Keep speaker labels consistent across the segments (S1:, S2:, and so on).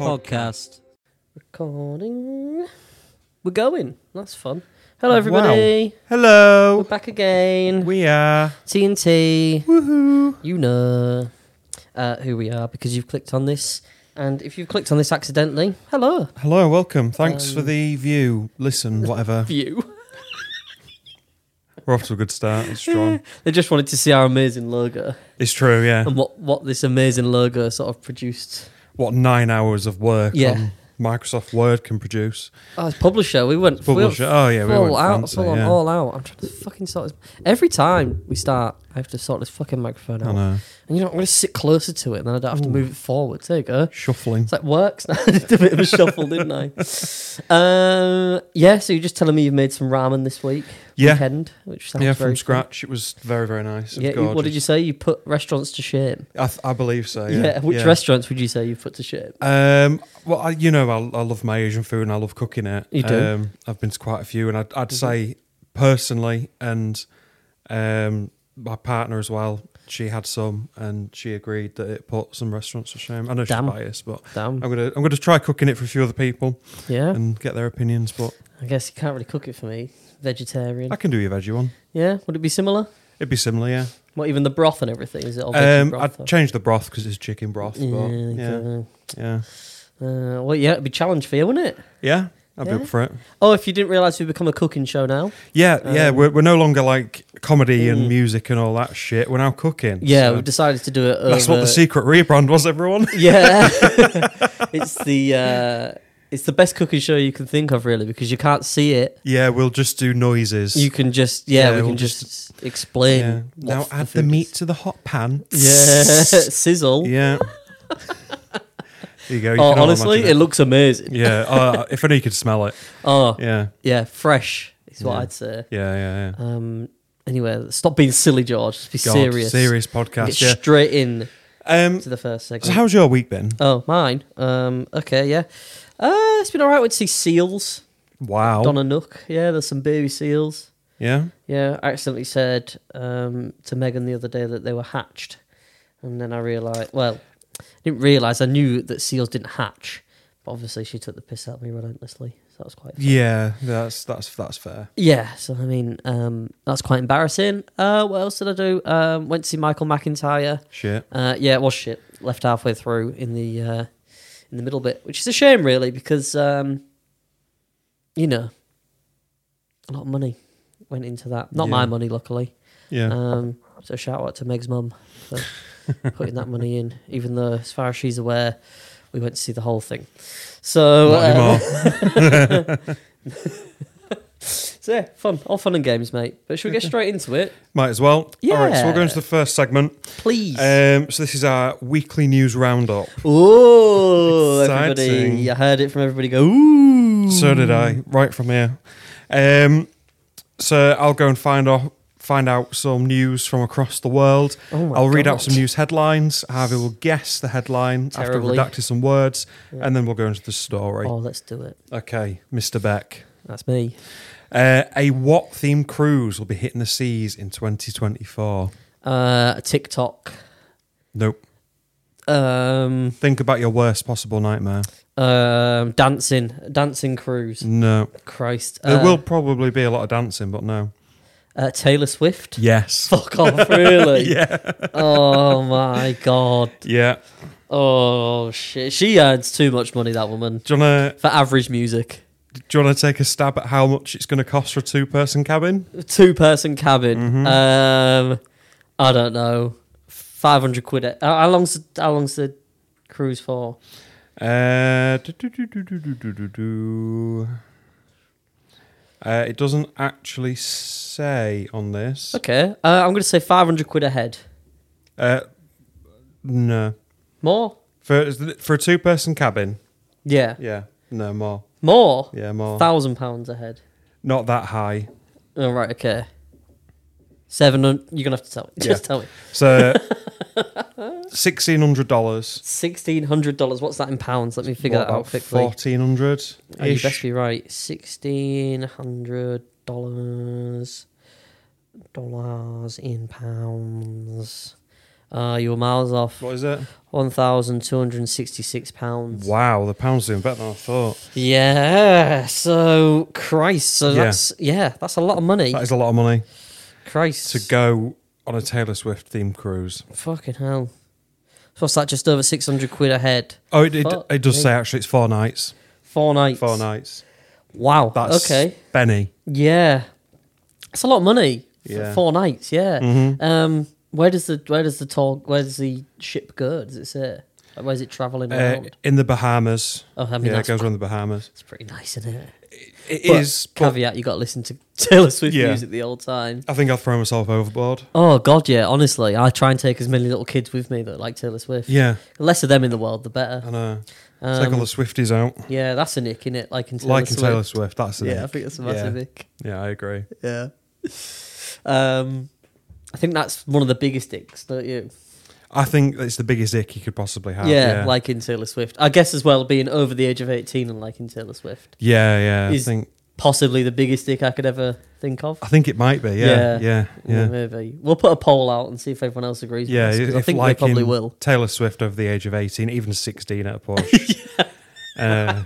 S1: podcast.
S2: Recording. We're going. That's fun. Hello, everybody. We're
S1: Hello.
S2: back again.
S1: We are.
S2: TNT.
S1: Woohoo.
S2: You know uh, who we are because you've clicked on this. And if you've clicked on this accidentally, hello.
S1: Hello, welcome. Thanks for
S2: Um,
S1: the view, listen, whatever.
S2: View.
S1: We're off to a good start. It's strong.
S2: They just wanted to see our amazing logo
S1: It's true, yeah.
S2: and what, what this amazing logo sort of produced.
S1: What nine hours of work
S2: Yeah.
S1: on Microsoft Word can produce.
S2: Oh, it's publisher. We went full-
S1: Publisher. Oh, yeah, we
S2: full
S1: went
S2: out,
S1: fancy,
S2: full on,
S1: yeah.
S2: all out. I'm trying to fucking sort this. Every time we start, I have to sort this fucking microphone
S1: I
S2: out.
S1: know.
S2: And you know, I'm going to sit closer to it, and then I don't have to move it forward. There you go.
S1: Shuffling.
S2: It's like works now. I did a bit of a shuffle, didn't I? Um, yeah. So you're just telling me you've made some ramen this week,
S1: Yeah.
S2: weekend, which sounds
S1: Yeah,
S2: very
S1: from
S2: fun.
S1: scratch. It was very, very nice. It was
S2: Yeah. you- what did you
S1: gorgeous.
S2: say? You put restaurants to shame.
S1: I, th- I believe so.
S2: yeah.
S1: Oh, Yeah.
S2: Which restaurants would you say you put to shame?
S1: Um, well, I, you know, I, I love my Asian food and I love cooking it.
S2: You do? Mm-hmm.
S1: Um, I've been to quite a few, and I'd, I'd say personally, and um, my partner as well. She had some, and she agreed that it put some restaurants to shame. I know
S2: Damn.
S1: she's biased, but
S2: Damn.
S1: I'm gonna I'm gonna try cooking it for a few other people
S2: Oh, Yeah.
S1: and get their opinions. But
S2: I guess you can't really cook it for me. Vegetarian.
S1: I can do your veggie one.
S2: Yeah. Would it be similar?
S1: It'd be similar, yeah.
S2: What even the broth and everything? Is it all veggie
S1: Um,
S2: broth? or-
S1: I'd change the broth because it's chicken broth. but yeah,
S2: okay.
S1: yeah,
S2: Uh, well, yeah, it'd be a challenge for you, wouldn't it?
S1: yeah. I'd
S2: Yeah.
S1: be up for it.
S2: Oh, if you didn't realise we've become a cooking show now.
S1: Yeah, yeah,
S2: Um,
S1: we're, we're no longer like comedy
S2: Mm.
S1: and music and all that shit. We're now cooking.
S2: Yeah,
S1: so
S2: we've decided to do it. Over,
S1: that's what the secret rebrand was, everyone.
S2: Yeah, it's the uh, it's the best cooking show you can think of, really, because you can't see it.
S1: yeah, we'll just do noises.
S2: You can just yeah,
S1: Yeah,
S2: we can
S1: we'll
S2: just,
S1: just-
S2: explain.
S1: yeah.
S2: what
S1: Now
S2: f-
S1: add the
S2: food
S1: meat
S2: is.
S1: to the hot pan.
S2: Yeah, sizzle.
S1: yeah. there you go. You
S2: oh,
S1: can all
S2: honestly,
S1: imagine
S2: it looks amazing.
S1: yeah. Uh, if only you could smell it.
S2: Oh, yeah,
S1: Yeah,
S2: fresh is what
S1: Yeah.
S2: I'd say.
S1: yeah, yeah. yeah.
S2: Um, anyway, stop being silly, George. Just be
S1: God,
S2: serious.
S1: serious
S2: Get
S1: podcast. Yeah.
S2: straight in
S1: Um,
S2: to the first segment.
S1: so how's your week been?
S2: Oh, mine. Um, okay, yeah. Uh, it's been all right. Went to see seals.
S1: Wow.
S2: Donna Nook. Yeah, there's some baby seals.
S1: Yeah.
S2: Yeah, I accidentally said um, to Megan the other day that they were hatched, and then I realised. Well, I didn't realise. I knew that seals didn't hatch, but obviously she took the piss out of me relentlessly. So that was quite. Fun.
S1: Yeah. That's that's that's fair.
S2: Yeah, so I mean, um, that's quite embarrassing. Uh, what else did I do? Um, went to see Michael McIntyre.
S1: Shit.
S2: Uh, yeah, it was shit. Left halfway through in the uh, in the middle bit, which is a shame, really, because um, you know, a lot of money went into that. Not my
S1: Yeah.
S2: money, luckily.
S1: Yeah.
S2: Um, so shout out to Meg's mum for putting that money in, even though, as far as she's aware, we went to see the whole thing. So
S1: Not
S2: um,
S1: anymore.
S2: so yeah, fun, all fun and games, mate. But should we get straight into it,
S1: Might as well. All right, so we're
S2: Yeah.
S1: going to the first segment.
S2: please?
S1: Um, so this is our weekly news roundup.
S2: oh, everybody!
S1: exciting.
S2: I heard it from everybody. Go ooh.
S1: So did
S2: Mm.
S1: I, right from here. Um, so I'll go and find out find out some news from across the world.
S2: Oh my
S1: I'll read
S2: God.
S1: out some news headlines. Harvey will guess the headline
S2: Terribly.
S1: after redacting some words, and then we'll go into the story.
S2: Oh, let's do it.
S1: Okay, Mr. Beck.
S2: That's me.
S1: Uh, a what themed cruise will be hitting the seas in 2024?
S2: Uh, TikTok.
S1: Nope.
S2: Um,
S1: Think about your worst possible nightmare.
S2: um, dancing, dancing cruise.
S1: No.
S2: Christ.
S1: There
S2: Uh,
S1: will probably be a lot of dancing, but no.
S2: uh, Taylor Swift.
S1: Yes.
S2: Fuck off, really?
S1: Yeah.
S2: Oh my god.
S1: Yeah.
S2: Oh shit. She earns too much money. That woman
S1: Do you wanna
S2: for average music.
S1: do you wanna take a stab at how much it's gonna cost for a two person cabin?
S2: Two person cabin.
S1: Mm-hmm.
S2: Um, I don't know. Five hundred quid. How- How long's how long's the cruise for?
S1: Uh, do, do, do, do, do, do, do, do, do. uh it doesn't actually say on this.
S2: Okay. Uh, I'm gonna say five hundred quid a head.
S1: Uh, no.
S2: More.
S1: For for a two person cabin.
S2: Yeah.
S1: Yeah. No more.
S2: More.
S1: Yeah, more.
S2: Thousand pounds a head.
S1: Not that high.
S2: All right, okay. Seven hundred. You're gonna have to tell me. Just
S1: Yeah.
S2: tell me.
S1: So sixteen hundred dollars.
S2: Sixteen hundred dollars. What's that in pounds? Let me figure that out quickly.
S1: Fourteen hundred.
S2: Oh, you best be right. Sixteen hundred dollars. Dollars in pounds. Uh, you were miles off.
S1: What is it?
S2: One thousand two hundred and sixty-six pounds.
S1: Wow, the pound's doing better than I thought.
S2: Yeah. So Christ. So
S1: Yeah.
S2: that's yeah. That's a lot of money.
S1: That is a lot of money
S2: Christ.
S1: to go on a Taylor Swift themed cruise.
S2: Fucking hell. So what's that? Just over six hundred quid a head.
S1: Oh, it, it,
S2: Fuck
S1: it does
S2: me.
S1: say actually it's four nights.
S2: Four nights.
S1: Four nights.
S2: Wow.
S1: That's
S2: okay.
S1: Benny.
S2: Yeah. That's a lot of money. for
S1: Yeah. Mm-hmm.
S2: four nights. Yeah. Um. Where does the where does the tall where does the ship go? Does it say? Like, Where's it traveling
S1: Uh,
S2: around?
S1: in the Bahamas.
S2: Oh, I mean,
S1: yeah, it
S2: that's-
S1: goes around the Bahamas.
S2: It's pretty nice, isn't it?
S1: It
S2: But
S1: is, but
S2: caveat: you got to listen to Taylor Swift
S1: Yeah.
S2: music the whole time.
S1: I think I'll throw myself overboard.
S2: Oh God, yeah. Honestly, I try and take as many little kids with me that like Taylor Swift.
S1: Yeah,
S2: The less of them in the world, the better.
S1: I know.
S2: Um,
S1: Take all the Swifties out.
S2: yeah, that's a nick in it. Like in Taylor
S1: Like in
S2: Swift.
S1: Taylor Swift, that's it.
S2: yeah, I think that's a massive nick.
S1: Yeah, I agree.
S2: Yeah. Um, I think that's one of the biggest nicks, don't you?
S1: I think it's the biggest ick you could possibly have.
S2: yeah,
S1: Oh, Yeah,
S2: like in Taylor Swift. I guess as well being over the age of eighteen and liking Taylor Swift,
S1: yeah, yeah.
S2: is-
S1: I think
S2: possibly the biggest dick I could ever think of.
S1: I think it might be. Yeah, yeah, Uh,
S2: Yeah.
S1: yeah. yeah.
S2: Maybe we'll put a poll out and see if everyone else agrees. Yeah, with us, 'cause I
S1: if
S2: think they
S1: liking
S2: probably will.
S1: Taylor Swift over the age of eighteen, even sixteen at a Porsche, uh,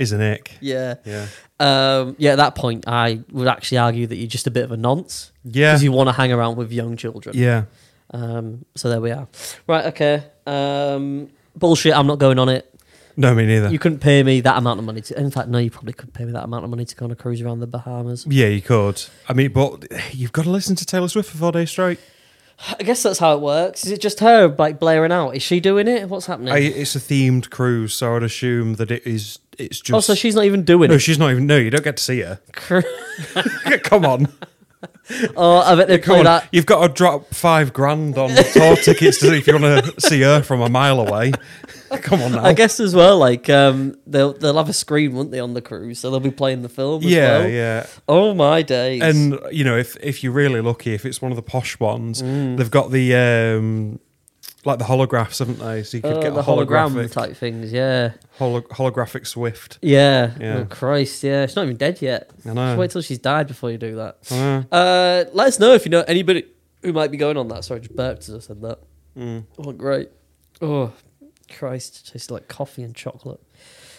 S1: is an ick.
S2: Yeah.
S1: Yeah,
S2: Um, yeah, at that point, I would actually argue that you're just a bit of a nonce
S1: yeah,
S2: because you want to hang around with young children.
S1: yeah.
S2: Um, so there we are. Right. Okay. Um, bullshit. I'm not going on it.
S1: No, me neither.
S2: You couldn't pay me that amount of money to. In fact, no, you probably could pay me that amount of money to go on a cruise around the Bahamas.
S1: yeah, you could. I mean, but you've got to listen to Taylor Swift for four days straight.
S2: I guess that's how it works. Is it just her like blaring out? Is she doing it? What's happening?
S1: I, it's a themed cruise, so I'd assume that it is. It's just.
S2: oh, so she's not even doing
S1: no,
S2: it.
S1: she's not even. No, you don't get to see her.
S2: Cr-
S1: Come on.
S2: oh, I bet they play
S1: Come on,
S2: that.
S1: you've got to drop five grand on tour tickets to, if you want to see her from a mile away. Come on now.
S2: I guess as well, like um, they'll they'll have a screen, won't they, on the cruise? So they'll be playing the film. As
S1: yeah,
S2: well.
S1: yeah.
S2: Oh my days!
S1: And you know, if if you're really lucky, if it's one of the posh ones,
S2: Mm.
S1: they've got the um like the holographs, haven't they? So you could
S2: Oh,
S1: get
S2: the
S1: a
S2: hologram
S1: holographic
S2: type things, yeah,
S1: holo- holographic Swift.
S2: yeah.
S1: Yeah.
S2: Oh Christ, yeah, she's not even dead yet.
S1: I
S2: Just
S1: know.
S2: wait till she's died before you do that.
S1: I know.
S2: Uh, let us know if you know anybody who might be going on that. Sorry, I just burped as I said that.
S1: Mm.
S2: Oh, great. Oh, Christ. Tastes like coffee and chocolate.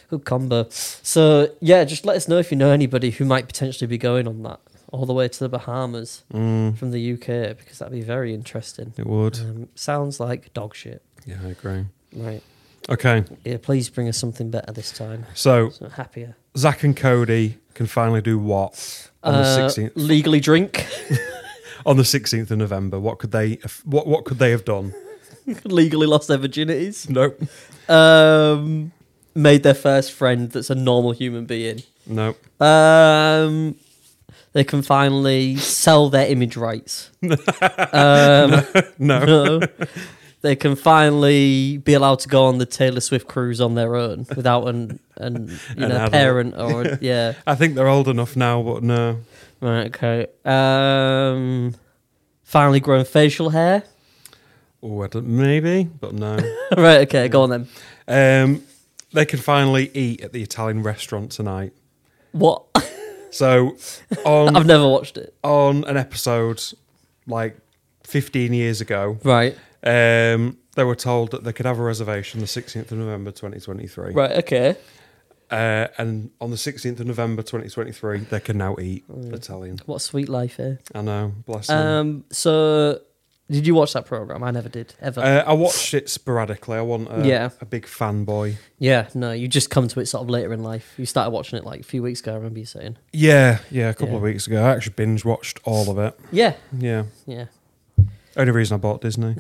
S2: Good combo. So, yeah, just let us know if you know anybody who might potentially be going on that all the way to the Bahamas from the UK because that'd be very interesting.
S1: Mm, It would.
S2: Um, sounds like dog shit.
S1: Yeah, I agree.
S2: Right.
S1: Okay,
S2: Yeah, please bring us something better this time.
S1: so
S2: So happier.
S1: Zach and Cody can finally do what on the
S2: Uh,
S1: sixteenth
S2: legally drink.
S1: on the sixteenth of November? What could they have- what what could they have done?
S2: legally lost their virginities.
S1: Nope,
S2: um, made their first friend that's a normal human being.
S1: nope.
S2: Um, they can finally sell their image rights. um,
S1: No.
S2: no. They can finally be allowed to go on the Taylor Swift cruise on their own without an, an you
S1: An
S2: know
S1: adult.
S2: parent or a- yeah
S1: I think they're old enough now, but no.
S2: right okay um finally grown facial hair
S1: Oh, I don't- maybe, but no.
S2: right okay go on then
S1: um, they can finally eat at the Italian restaurant tonight.
S2: what
S1: So, on
S2: I've never watched it
S1: on an episode like 15 years ago,
S2: right
S1: um, they were told that they could have a reservation the 16th of November 2023.
S2: right okay
S1: Uh, and on the 16th of November 2023, they can now eat Italian.
S2: what a sweet life here
S1: I know, bless them.
S2: Oh, Um. So, did you watch that program? I never did ever.
S1: uh, I watched it sporadically. I wasn't a,
S2: Yeah.
S1: a big fanboy.
S2: yeah. No, you just come to it sort of later in life. You started watching it like a few weeks ago. I remember you saying.
S1: Yeah, yeah, a couple
S2: Yeah.
S1: of weeks ago. I actually binge watched all of it.
S2: Yeah.
S1: Yeah.
S2: Yeah.
S1: Only reason I bought Disney.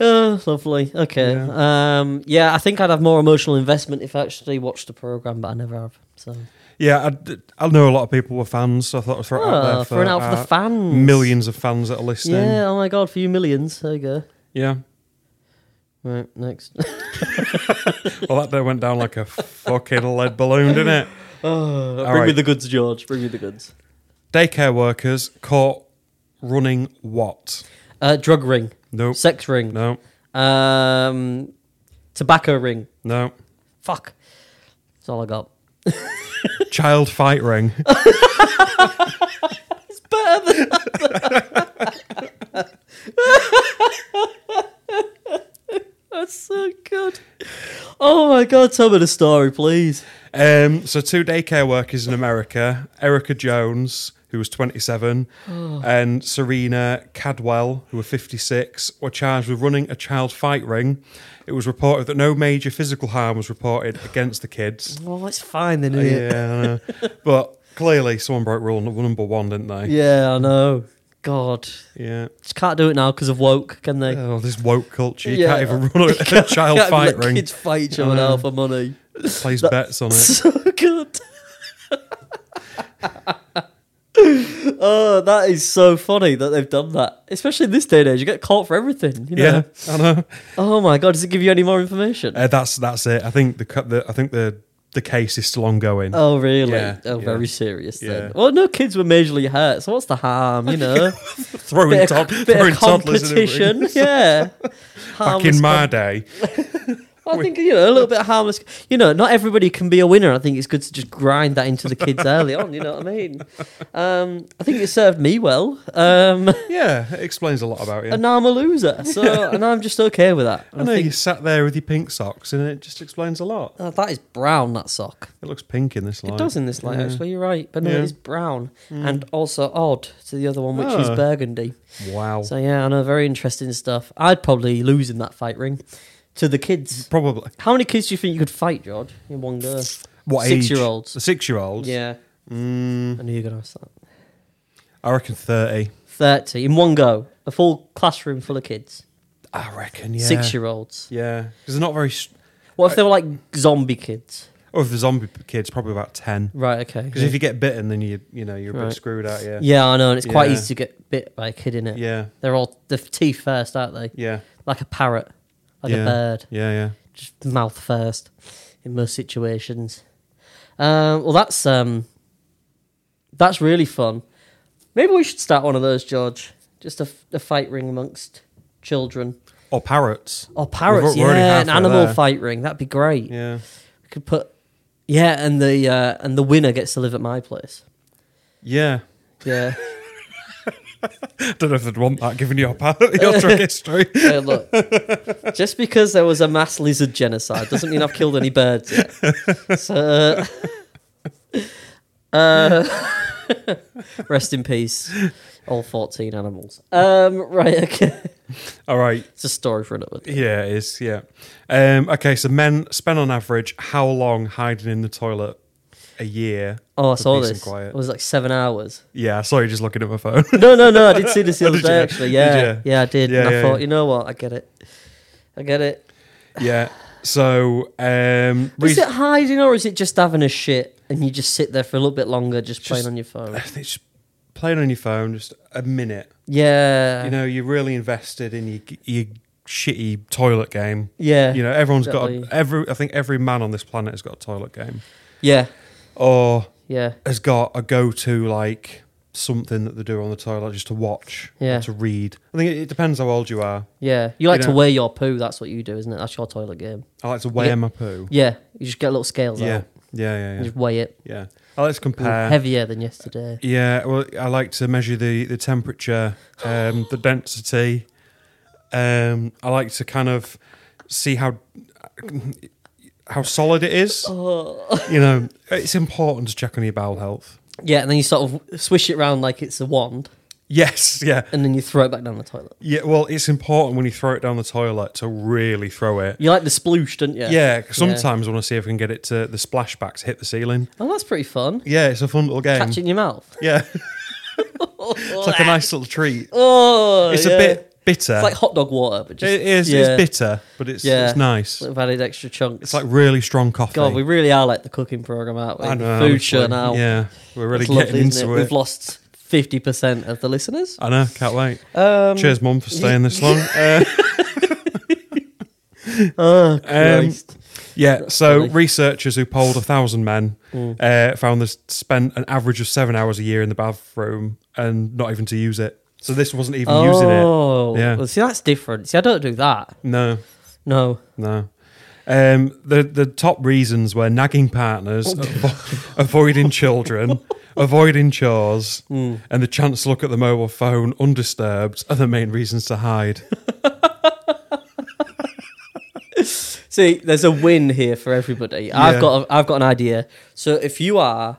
S2: Oh, lovely. Okay. Um. Yeah, I think I'd have more emotional investment if I actually watched the program, but I never have. So.
S1: Yeah, I, d- I know a lot of people were fans, so I thought I'd throw it out
S2: Oh,
S1: there for,
S2: throwing out for the
S1: our
S2: fans.
S1: millions of fans that are listening.
S2: Yeah.
S1: Yeah.
S2: Oh my god, for you millions. There you go. Right. Next.
S1: Well, that day went down like a fucking lead balloon, didn't it?
S2: oh, bring me
S1: right.
S2: the goods, George. Bring me the goods.
S1: Daycare workers caught running what?
S2: Uh, drug ring,
S1: Nope.
S2: sex ring,
S1: No.
S2: um, tobacco ring.
S1: No.
S2: Fuck. That's all I got.
S1: Child fight ring.
S2: That's so good. Oh my god, tell me the story, please.
S1: Um, so two daycare workers in America, Erica Jones, who was 27, and Serena Cadwell, who were 56, were charged with running a child fight ring. It was reported that no major physical harm was reported against the kids.
S2: Well, it's fine then, isn't it?
S1: Yeah, I know. but clearly someone broke rule number one, didn't they?
S2: Yeah, I know. God,
S1: Yeah.
S2: just can't do it now because of woke, can they?
S1: Oh, this woke culture. You
S2: Yeah.
S1: can't even run a, a child
S2: Can't
S1: fight
S2: let
S1: ring.
S2: Kids fight each other now for money.
S1: Plays bets on it.
S2: So good. oh, that is so funny that they've done that. Especially in this day and age, you get caught for everything. You know?
S1: Yeah, I know.
S2: Oh my god, does it give you any more information?
S1: Uh, that's that's it. I think the, cu- the I think the the case is still ongoing.
S2: Oh really?
S1: yeah,
S2: oh,
S1: yeah.
S2: very serious then.
S1: Yeah.
S2: Well, no kids were majorly hurt, so what's the harm? You know,
S1: throwing
S2: bit
S1: tod-
S2: of, bit of
S1: throwing toddlers in a ring.
S2: competition. yeah.
S1: Back
S2: Harmless
S1: in my day,
S2: I think you know a little bit harmless. You know, not everybody can be a winner. I think it's good to just grind that into the kids early on. You know what I mean? Um, I think it served me well, um,
S1: yeah, it explains a lot about you.
S2: and now I'm a loser. So and I'm just okay with that.
S1: I know you sat there with your pink socks, and it just explains a lot.
S2: Oh, that is brown. That sock.
S1: It looks pink in this light.
S2: It does in this light,
S1: Yeah.
S2: actually. You're right, but no,
S1: Yeah. Mm.
S2: it is brown and also odd to the other one, which is
S1: Oh.
S2: burgundy.
S1: Wow.
S2: So yeah, I know very interesting stuff. I'd probably lose in that fight ring to the kids.
S1: Probably
S2: How many kids do you think you could fight, George, in one go?
S1: what age?
S2: Six-year-olds.
S1: The six-year-olds.
S2: Yeah,
S1: Mm,
S2: I knew you were gonna ask that.
S1: I reckon thirty.
S2: 30 in one go. A full classroom full of kids,
S1: I reckon yeah.
S2: six year olds.
S1: Yeah, because they're not very. s-
S2: What if they were like zombie kids?
S1: Or if the zombie kids, probably about ten.
S2: Right, okay.
S1: Because if you get bitten, then you you know you're a
S2: Right.
S1: bit screwed out. Yeah.
S2: yeah, I know, and it's quite
S1: Yeah.
S2: easy to get bit by a kid in it.
S1: Yeah.
S2: They're all the teeth first, aren't they?
S1: Yeah.
S2: Like a parrot, like
S1: yeah.
S2: a bird,
S1: Yeah, yeah.
S2: just mouth first in most situations. Um, well, that's um, that's really fun. Maybe we should start one of those, George. Just a, f- a fight ring amongst children
S1: Or parrots.
S2: or parrots.
S1: we're already
S2: yeah, an
S1: halfway
S2: animal
S1: there.
S2: fight ring. That'd be great.
S1: Yeah.
S2: We could put yeah, and the uh, and the winner gets to live at my place.
S1: Yeah.
S2: Yeah,
S1: I don't know if they'd want that given your part your drug history.
S2: Hey, look, just because there was a mass lizard genocide doesn't mean I've killed any birds yet. So, uh, uh, rest in peace, all fourteen animals. Um, right, okay,
S1: All right.
S2: it's a story for another. Day.
S1: Yeah, it is. Yeah. Um, okay, so men spend on average how long hiding in the toilet a year?
S2: Oh, I
S1: for
S2: saw
S1: peace and
S2: this. It
S1: quiet?
S2: was like seven hours.
S1: Yeah, I saw you just looking at my phone.
S2: No, no, no. I did see this the
S1: Oh,
S2: other
S1: did
S2: day.
S1: you?
S2: Actually,
S1: Did
S2: yeah,
S1: you?
S2: yeah, I did. and
S1: Yeah,
S2: I
S1: yeah,
S2: thought,
S1: yeah.
S2: you know what? I get it. I get it.
S1: yeah. So um
S2: Is
S1: reason-
S2: it hiding or is it just having a shit and you just sit there for a little bit longer just, playing
S1: Just-
S2: on your phone?
S1: I think just playing on your phone just a minute.
S2: Yeah.
S1: You know, you're really invested in your your shitty toilet game.
S2: yeah.
S1: You know, everyone's got
S2: Exactly.
S1: a, every. I think every man on this planet has got a toilet game,
S2: yeah.
S1: or
S2: Yeah.
S1: has got a go-to like something that they do on the toilet just to watch, or
S2: Yeah.
S1: to read. I think it, it depends how old you are.
S2: Yeah. You like to
S1: know-
S2: weigh your poo. That's what you do, isn't it? That's your toilet game.
S1: I like to weigh
S2: Yeah.
S1: my poo.
S2: Yeah. You just get little scales
S1: Yeah, Uh,
S2: out.
S1: yeah, yeah,
S2: and
S1: yeah.
S2: Just weigh it.
S1: yeah. I like to
S2: Ooh,
S1: compare.
S2: heavier than yesterday.
S1: Yeah, well, I like to measure the the temperature, um, the density. Um, I like to kind of see how how solid it is.
S2: Oh.
S1: You know, it's important to check on your bowel health.
S2: Yeah. And then you sort of swish it round like it's a wand
S1: Yes, yeah,
S2: and then you throw it back down the toilet.
S1: yeah. Well, it's important when you throw it down the toilet to really throw it.
S2: You like the sploosh, don't you?
S1: Yeah, 'cause sometimes I want to see if we can get it to the splashbacks hit the ceiling.
S2: Oh, that's pretty fun.
S1: Yeah, it's a fun little game.
S2: Catch it in your mouth.
S1: Yeah, it's like a nice little treat.
S2: Oh,
S1: It's
S2: yeah.
S1: a bit bitter.
S2: It's like hot dog water, but just
S1: it is.
S2: yeah.
S1: It's bitter, but it's
S2: Yeah.
S1: it's nice.
S2: We've added extra chunks.
S1: It's like really strong coffee.
S2: God, we really are like the cooking program, aren't we?
S1: I know,
S2: Food
S1: honestly.
S2: show now.
S1: Yeah, we're really
S2: It's lovely,
S1: getting
S2: isn't
S1: into
S2: it?
S1: it.
S2: We've lost fifty percent of the listeners.
S1: I know, can't wait.
S2: Um,
S1: Cheers, Mum, for staying this long. Uh,
S2: oh,
S1: um,
S2: Christ.
S1: yeah, so
S2: funny. Mm.
S1: researchers who polled a thousand men uh, found they spent an average of seven hours a year in the bathroom and not even to use it. So this wasn't even using it.
S2: oh,
S1: Yeah.
S2: well, see, that's different. See, I don't do that.
S1: No,
S2: No,
S1: no. Um, the the top reasons were nagging partners, avo- avoiding children, avoiding chores, and the chance to look at the mobile phone undisturbed are the main reasons to hide.
S2: See, there's a win here for everybody.
S1: Yeah.
S2: I've got a, I've got an idea. So if you are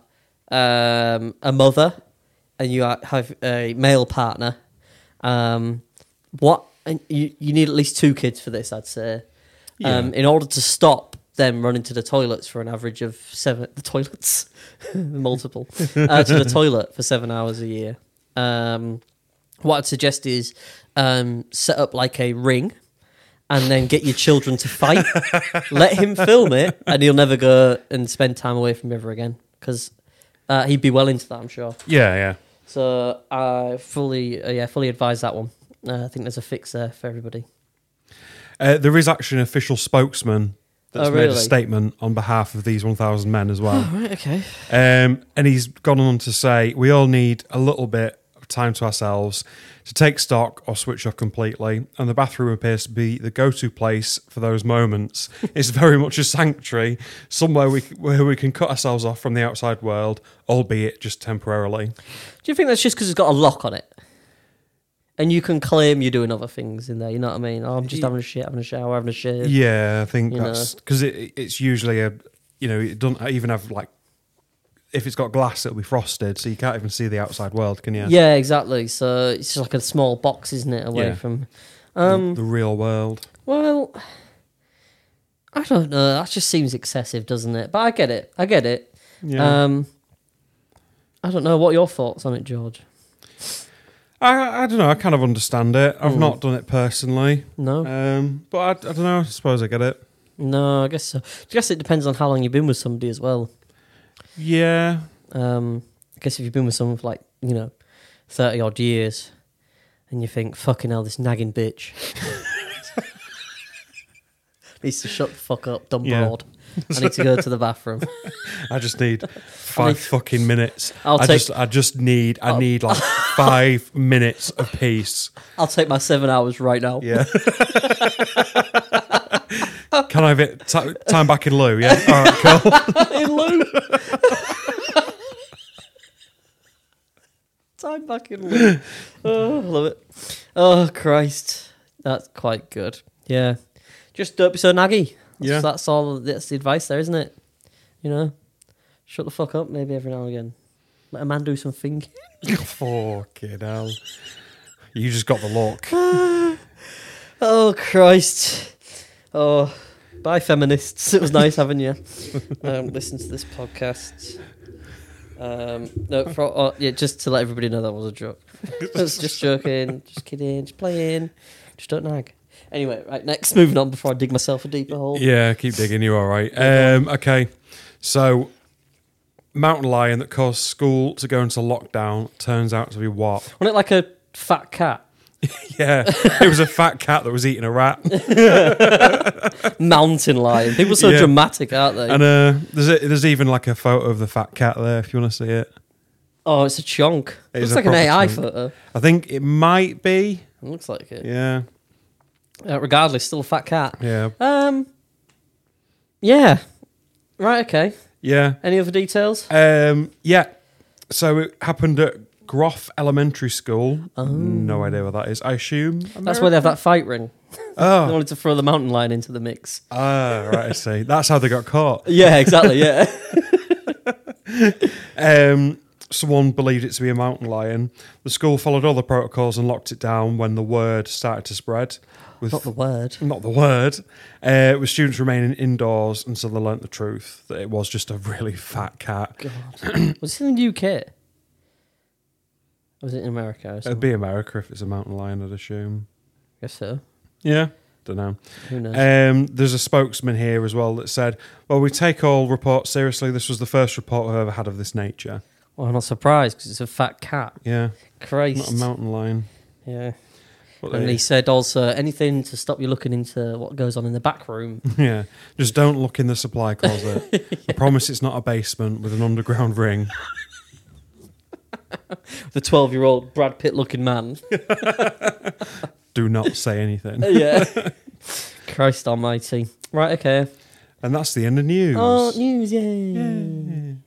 S2: um, a mother and you are, have a male partner, um, what and you you need at least two kids for this, I'd say. Um, in order to stop them running to the toilets for an average of seven the toilets multiple uh, to the toilet for seven hours a year. Um, what I'd suggest is um, set up like a ring and then get your children to fight. Let him film it, and he'll never go and spend time away from you ever again because uh, he'd be well into that, I'm sure.
S1: Yeah, yeah.
S2: So I fully, uh, yeah, fully advise that one. Uh, I think there's a fix there for everybody.
S1: Uh, there is actually an official spokesman that's
S2: Oh,
S1: made a
S2: really?
S1: statement on behalf of these 1,000 men as well.
S2: Right, okay.
S1: Um, and he's gone on to say, we all need a little bit of time to ourselves to take stock or switch off completely. And the bathroom appears to be the go to place for those moments. it's very much a sanctuary, somewhere we, where we can cut ourselves off from the outside world, albeit just temporarily.
S2: Do you think that's just because it's got a lock on it? And you can claim you're doing other things in there, you know what I mean? Oh, I'm just having a shit, having a shower, having a shit.
S1: Yeah, I think
S2: You
S1: that's because it, it's usually a, you know, it doesn't even have like, if it's got glass, it'll be frosted, so you can't even see the outside world, can you?
S2: Yeah, exactly. So it's just like a small box, isn't it, away
S1: Yeah.
S2: from.
S1: Um, the, the real world.
S2: Well, I don't know. That just seems excessive, doesn't it? But I get it. I get it.
S1: Yeah.
S2: Um, I don't know. What are your thoughts on it, George?
S1: I, I don't know. I kind of understand it. I've
S2: Mm.
S1: not done it personally,
S2: No,
S1: um, but I, I don't know. I suppose I get it.
S2: no. I guess so. I guess it depends on how long you've been with somebody as well.
S1: Yeah,
S2: Um, I guess if you've been with someone for like you know thirty odd years, and you think fucking hell, this nagging bitch needs to shut the fuck up, dumb
S1: Yeah.
S2: broad. I need to go to the bathroom.
S1: I just need five fucking minutes.
S2: I'll
S1: I
S2: take-
S1: just, I just need, I need like five minutes of peace.
S2: I'll take my seven hours right now.
S1: Yeah. Can I have it ti time back in lieu? Yeah. All right, cool.
S2: in lieu. Time back in lieu. Oh, love it. Oh, Christ. That's quite good. Yeah. Just don't be so naggy. That's,
S1: Yeah.
S2: That's all. That's the advice there, isn't it? You know? Shut the fuck up maybe every now and again. Let a man do something.
S1: Fucking hell. You just got the look.
S2: Oh, Christ. Oh, bye, feminists. It was nice having you. Um, listen to this podcast. Um, no, for, oh, yeah, just to let everybody know that was a joke. just, just joking, just kidding, just playing, just don't nag. Anyway, right, next, moving on before I dig myself a deeper hole.
S1: Yeah, keep digging. You're all right. Um, okay, so mountain lion that caused school to go into lockdown turns out to be what?
S2: Wasn't it like a fat cat?
S1: Yeah, it was a fat cat that was eating a rat.
S2: Mountain lion. People are so
S1: Yeah.
S2: dramatic, aren't they?
S1: And uh, there's a, there's even like a photo of the fat cat there if you want to see it.
S2: oh, it's a chunk.
S1: It is
S2: looks
S1: a
S2: like an
S1: proper
S2: AI
S1: chunk.
S2: photo.
S1: I think it might be.
S2: It looks like it.
S1: Yeah,
S2: Uh, regardless, still a fat cat.
S1: yeah,
S2: Um. Yeah. Right. Okay.
S1: yeah.
S2: Any other details?
S1: Um, yeah. So it happened at Groff Elementary School. No idea what that is. I assume
S2: That's where they have that fight ring. They
S1: Oh,
S2: wanted to throw the mountain lion into the mix.
S1: ah, right. I see. That's how they got caught.
S2: Yeah. Exactly. Yeah.
S1: Um, someone believed it to be a mountain lion. The school followed all the protocols and locked it down when the word started to spread. With
S2: Not the word.
S1: not the word, uh, with students remaining indoors until they learnt the truth that it was just a really fat cat.
S2: Was it in the UK? Or was it in America? Or
S1: It'd
S2: something?
S1: be America if it's a mountain lion, I'd assume.
S2: I guess so.
S1: Yeah, don't know.
S2: Who knows?
S1: Um, there's a spokesman here as well that said, "Well, we take all reports seriously. This was the first report I ever had of this nature.
S2: well, I'm not surprised because it's a fat cat.
S1: Yeah, not
S2: Christ.
S1: a mountain lion."
S2: yeah.
S1: But
S2: And
S1: they-
S2: he said also anything to stop you looking into what goes on in the back room.
S1: yeah, just don't look in the supply closet. I promise it's not a basement with an underground ring.
S2: the 12 year old Brad Pitt looking man.
S1: Do not say anything.
S2: Uh, yeah. Christ Almighty. Right, okay.
S1: And that's the end of news.
S2: Oh, news, yay. You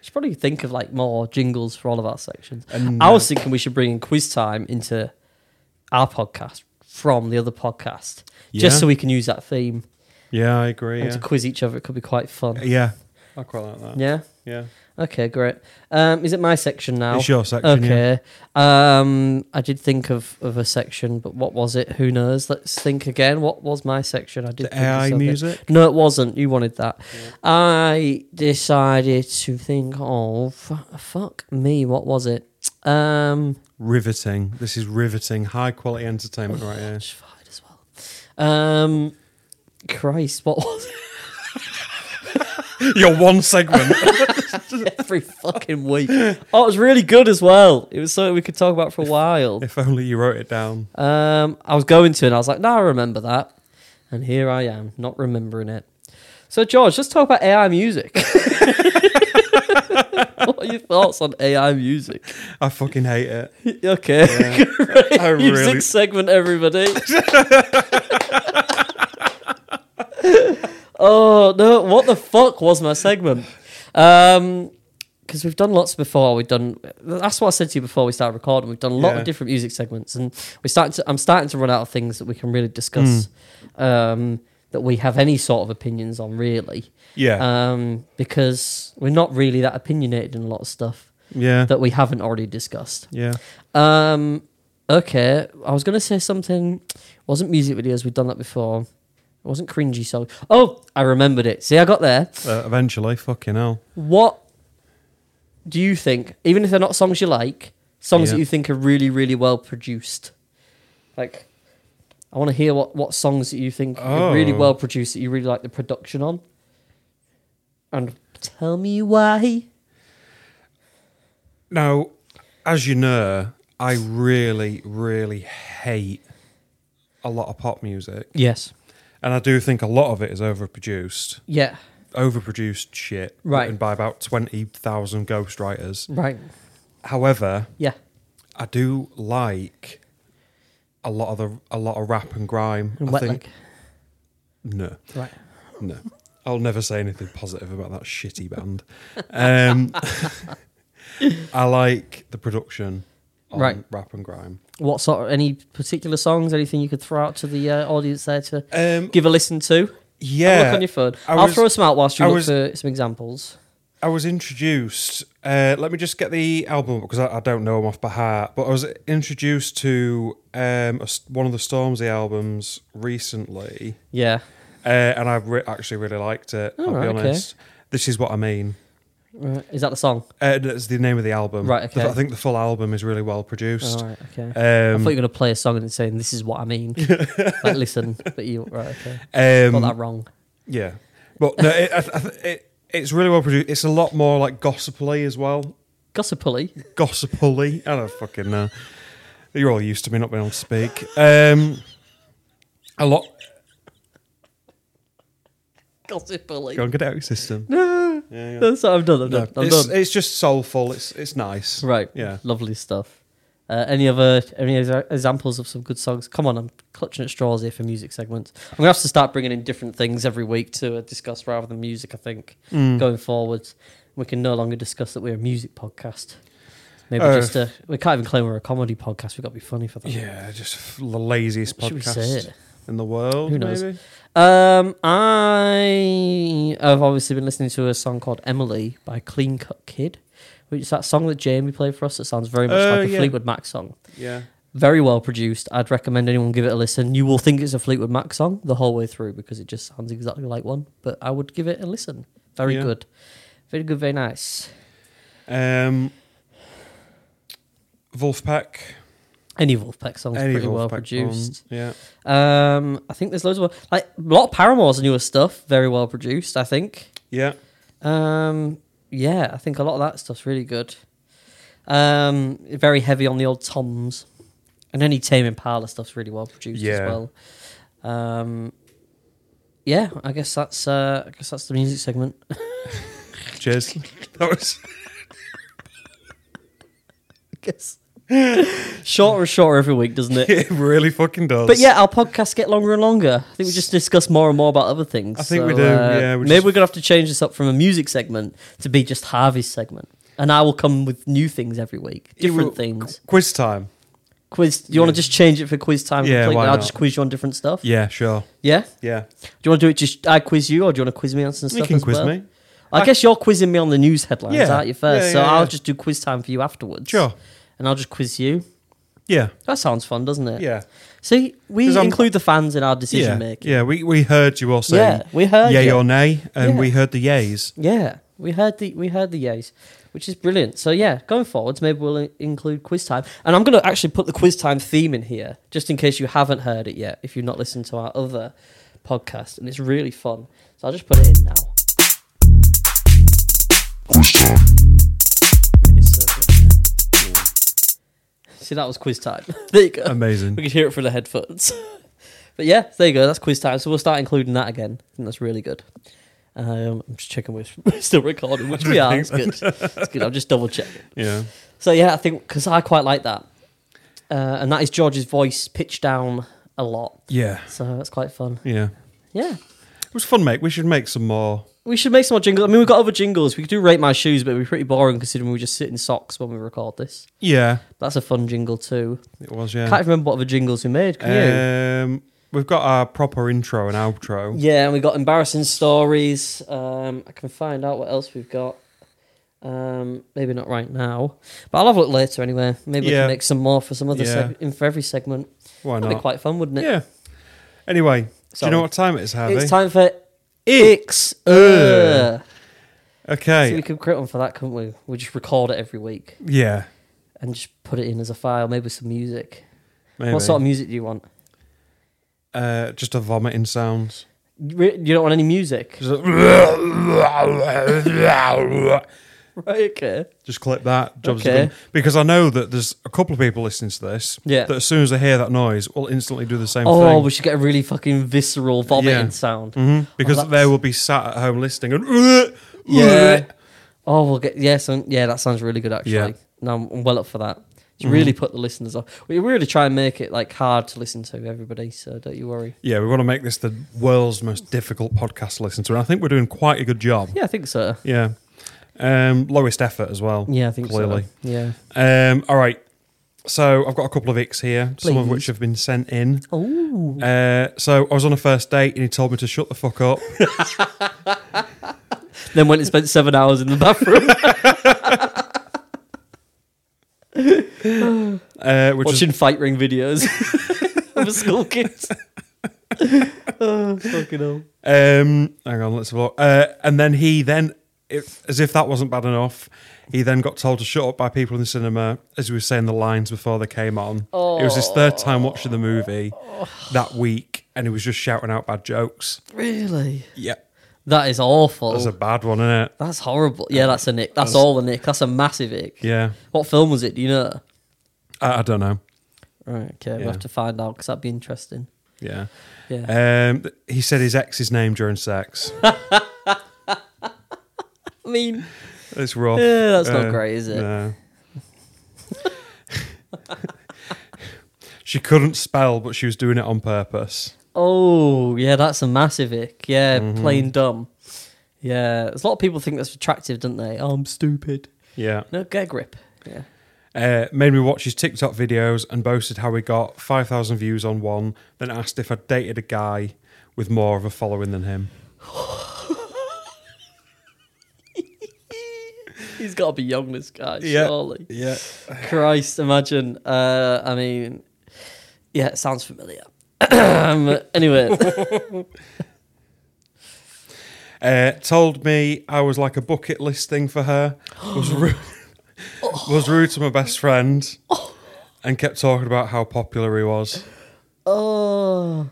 S2: should probably think of like more jingles for all of our sections.
S1: And,
S2: I
S1: uh,
S2: was thinking we should bring in quiz time into our podcast from the other podcast,
S1: Yeah.
S2: just so we can use that theme
S1: yeah, I agree.
S2: and
S1: Yeah. Uh,
S2: to quiz each other. It could be quite fun.
S1: yeah. I quite like that.
S2: Yeah.
S1: Yeah.
S2: Okay, great. Um, is it my section now?
S1: It's your section. Yeah.
S2: Okay. Um, I did think of, of a section, but what was it? Who knows? Let's think again. What was my section? I did
S1: The
S2: think of
S1: AI
S2: something.
S1: music.
S2: No, it wasn't. You wanted that. I decided to think of fuck me. What was it? Um,
S1: Riveting. This is riveting. High quality entertainment right here.
S2: it's fine as well. Um, Christ, what was it?
S1: Your one segment.
S2: every fucking week? Oh, it was really good as well. It was something we could talk about for a while.
S1: if only you wrote it down.
S2: Um, I was going to, and I was like, no, I remember that. And here I am, not remembering it. So, George, let's talk about AI music. what are your thoughts on AI music?
S1: I fucking hate
S2: Uh,
S1: it.
S2: Okay. Great
S1: I
S2: music
S1: really-
S2: segment, everybody. oh no! What the fuck was my segment? Um, because we've done lots before. We've done. That's what I said to you before we started recording. We've done a lot
S1: Yeah.
S2: of different music segments, and we starting to. I'm starting to run out of things that we can really discuss.
S1: Hmm.
S2: Um, that we have any sort of opinions on, really.
S1: Yeah.
S2: Um, because we're not really that opinionated in a lot of stuff
S1: yeah.
S2: that we haven't already discussed.
S1: yeah.
S2: Um. Okay, I was gonna say something. Wasn't music videos? We've done that before. It wasn't cringy song. Oh, I remembered it. See, I got there.
S1: Uh, eventually, fucking hell.
S2: What do you think? Even if they're not songs you like, songs
S1: Yeah.
S2: that you think are really, really well produced. Like, I want to hear what what songs that you think are really
S1: Oh.
S2: well produced that you really like the production on, and tell me why.
S1: Now, as you know, I really, really hate a lot of pop music.
S2: Yes.
S1: And I do think a lot of it is overproduced.
S2: Yeah.
S1: Overproduced shit.
S2: Right.
S1: Written by about 20,000 ghostwriters.
S2: Right.
S1: However,
S2: Yeah.
S1: I do like a lot of the a lot of rap and grime.
S2: And
S1: I
S2: wet
S1: think
S2: leg.
S1: no,
S2: Right.
S1: no. I'll never say anything positive about that shitty band. Um, I like the production on
S2: Right.
S1: rap and grime.
S2: What sort of any particular songs? Anything you could throw out to the uh, audience there to
S1: Um,
S2: give a listen to? Have a
S1: yeah,
S2: look on your phone.
S1: I
S2: I'll
S1: was-
S2: throw some out whilst you
S1: I
S2: look
S1: was-
S2: for some examples.
S1: I was introduced. Uh, let me just get the album because I, I don't know them off by heart. But I was introduced to um, a s one of the Stormzy albums recently,
S2: Yeah.
S1: uh, and I re- actually really liked it.
S2: Oh,
S1: I'll
S2: right,
S1: be
S2: okay.
S1: honest. This is what I mean.
S2: Right. Is that the song?
S1: Uh, that's the name of the album.
S2: Right, okay.
S1: I think the full album is really well produced.
S2: All right. Okay. I
S1: Um,
S2: thought you were going to play a song and it's saying this is what I mean. like listen, but you right? Okay. Got
S1: um,
S2: that wrong.
S1: yeah, but no, it, I, I, th- it, it's really well produced. It's a lot more like gossipy as well.
S2: Gossipily.
S1: Gossipy. I don't fucking know. You're all used to me not being able to speak. Um, a lot.
S2: Gossipily.
S1: Go on, get it out of your system.
S2: That's what I've done. I've
S1: No,
S2: done. I'm
S1: it's,
S2: done.
S1: it's just soulful. It's it's nice.
S2: Right.
S1: Yeah.
S2: Lovely stuff. Uh, any other any other examples of some good songs? Come on, I'm clutching at straws here for music segments. I'm gonna have to start bringing in different things every week to uh, discuss rather than music. I think
S1: Mm.
S2: going forward, we can no longer discuss that we're a music podcast. Maybe
S1: Uh,
S2: just a, we can't even claim we're a comedy podcast. We've got to be funny for that.
S1: Yeah. Just f- the laziest
S2: Should we say
S1: podcast
S2: it?
S1: in the world.
S2: Who knows?
S1: maybe?
S2: Um, I have obviously been listening to a song called Emily by Clean Cut Kid, which is that song that Jamie played for us. That sounds very much
S1: Oh,
S2: like a
S1: yeah.
S2: Fleetwood Mac song.
S1: Yeah.
S2: very well produced. I'd recommend anyone give it a listen. You will think it's a Fleetwood Mac song the whole way through because it just sounds exactly like one. But I would give it a listen. Very
S1: Yeah.
S2: good, very good, very nice.
S1: Um, Wolfpack.
S2: Any Wolfpack song's
S1: Any
S2: pretty well
S1: Wolfpack
S2: produced.
S1: one, Yeah.
S2: Um, I think there's loads of like a lot of Paramore's newer stuff. Very well produced, I think.
S1: Yeah.
S2: Um, yeah, I think a lot of that stuff's really good. Um, very heavy on the old toms, and any Tame Impala stuff's really well produced as
S1: Yeah.
S2: well. Um, yeah, I guess that's uh, I guess that's the music segment.
S1: Cheers. That was
S2: I guess Shorter and shorter every week, doesn't it?
S1: It really fucking does.
S2: But yeah, our podcasts get longer and longer. I think we just discuss more and more about other things. uh,
S1: I think we do, yeah, we
S2: maybe
S1: just-
S2: we're gonna have to change this up from a music segment to be just Harvey's segment, and I will come with new things every week,
S1: You
S2: different
S1: will-
S2: things.
S1: quiz time.
S2: Quiz? Do you want to just change it for quiz time
S1: Yeah,
S2: completely?
S1: why
S2: I'll
S1: not?
S2: just quiz you on different stuff.
S1: Yeah, sure.
S2: Yeah?
S1: Yeah,
S2: Do you want to do it? Just I quiz you, or do you want to quiz me on some stuff?
S1: you can
S2: as
S1: quiz
S2: well?
S1: me.
S2: I, guess you're quizzing me on the news headlines,
S1: Yeah.
S2: aren't you? First,
S1: Yeah,
S2: so
S1: yeah,
S2: I'll
S1: yeah.
S2: just do quiz time for you afterwards.
S1: Sure.
S2: And I'll just quiz you.
S1: Yeah,
S2: That sounds fun, doesn't it?
S1: yeah,
S2: See, we
S1: 'Cause I'm-
S2: include the fans in our decision
S1: yeah.
S2: making.
S1: Yeah, we we heard you all say
S2: Yeah, we heard
S1: yay
S2: you.
S1: or nay, and
S2: Yeah.
S1: we heard the yays.
S2: Yeah, we heard the we heard the yays, which is brilliant. So yeah, going forwards, maybe we'll in- include quiz time, and I'm going to actually put the quiz time theme in here, just in case you haven't heard it yet, if you've not listened to our other podcast, and it's really fun. So I'll just put it in now. Quiz time. See, that was quiz time. there you go.
S1: Amazing.
S2: We could hear it through the headphones. but yeah, there you go. That's quiz time. So we'll start including that again. I think that's really good. Um, I'm just checking we're we're still recording, which we are. It's good. It's good. I'm just double checking.
S1: Yeah,
S2: So yeah, I think because I quite like that, uh, and that is George's voice pitched down a lot.
S1: yeah,
S2: So that's quite fun.
S1: yeah.
S2: Yeah,
S1: It was fun, mate. We should make some more.
S2: we should make some more jingles. I mean, we've got other jingles. We could do rate my shoes, but it'd be pretty boring considering we just sit in socks when we record this.
S1: Yeah,
S2: That's a fun jingle too.
S1: it was. Yeah.
S2: Can't remember what other jingles we made. Can you?
S1: Um, we've got our proper intro and outro.
S2: Yeah, and we got embarrassing stories. Um, I can find out what else we've got. Um, maybe not right now, but I'll have a look later anyway. Maybe we
S1: Yeah.
S2: can make some more for some other
S1: Yeah.
S2: seg- in for every segment.
S1: Why
S2: That'd be
S1: not?
S2: quite fun, wouldn't it?
S1: yeah. Anyway, do
S2: Sorry.
S1: you know what time it is, Harvey?
S2: it's time for
S1: Ix.
S2: uh. So
S1: Okay.
S2: we could create one for that, couldn't we? We just record it every week
S1: yeah.
S2: and just put it in as a file, maybe with some music.
S1: Maybe.
S2: What sort of music do you want?
S1: Uh, just a vomiting sound.
S2: Re- You don't want any music,
S1: Just, a-
S2: right? Okay.
S1: Just clip that. Jobs are
S2: Okay.
S1: done. Because I know that there's a couple of people listening to this
S2: Yeah.
S1: that as soon as they hear that noise will instantly do the same
S2: Oh,
S1: thing.
S2: we should get a really fucking visceral vomiting
S1: Yeah.
S2: sound.
S1: Mhm. Because
S2: that's-
S1: they will be sat at home listening and.
S2: Yeah. Oh, we'll get yeah. So yeah, that sounds really good actually.
S1: Yeah. Mm-hmm.
S2: No, I'm, I'm well up for that. It's really put the listeners off. We really try and make it like hard to listen to everybody. So don't you worry.
S1: Yeah, we want to make this the world's most difficult podcast to listen to, and I think we're doing quite a good job.
S2: Yeah, I think so.
S1: Yeah. Um, lowest effort as well.
S2: Yeah, I think
S1: clearly.
S2: so. Yeah.
S1: Um, all right. So I've got a couple of icks here, some of which have been sent in.
S2: Oh,
S1: Uh, so I was on a first date and he told me to shut the fuck up.
S2: then when it spent seven hours in the bathroom
S1: Uh, which
S2: watching fight ring videos of a school kids. oh, fucking hell.
S1: is, um, hang on, let's have a look. Uh, and then he then, if, as if that wasn't bad enough, he then got told to shut up by people in the cinema as we were saying the lines before they came on. It was his third time watching the movie
S2: Oh.
S1: that week, and he was just shouting out bad jokes.
S2: Really?
S1: Yeah,
S2: That is awful.
S1: that's
S2: That's,
S1: a bad one, isn't it?
S2: horrible. Yeah, that's a nick. That's, all a nick. That's a massive ick.
S1: Yeah,
S2: What film was it? Do you know?
S1: I, I don't know.
S2: Right, okay, we'll
S1: Yeah.
S2: have to find out because that'd be interesting.
S1: Yeah.
S2: Yeah.
S1: Um, th- he said his ex's name during sex.
S2: I mean,
S1: It's rough.
S2: Yeah, that's not great, is it?
S1: uh, no. she couldn't spell, but she was doing it on purpose.
S2: oh, yeah, that's a massive ick. Yeah,
S1: Mm-hmm.
S2: plain dumb. Yeah, there's a lot of people think that's attractive, don't they? Oh, I'm stupid.
S1: Yeah.
S2: No, get a grip. Yeah.
S1: Uh, made me watch his TikTok videos and boasted how he got 5,000 views on one, then asked if I'd dated a guy with more of a following than him.
S2: He's got to be young, this guy,
S1: Yeah.
S2: surely.
S1: Yeah.
S2: Christ, imagine. Uh, I mean, yeah, it sounds familiar. um, anyway,
S1: Uh, told me I was like a bucket list thing for her. Was rude, was rude to my best friend and kept talking about how popular he was.
S2: oh,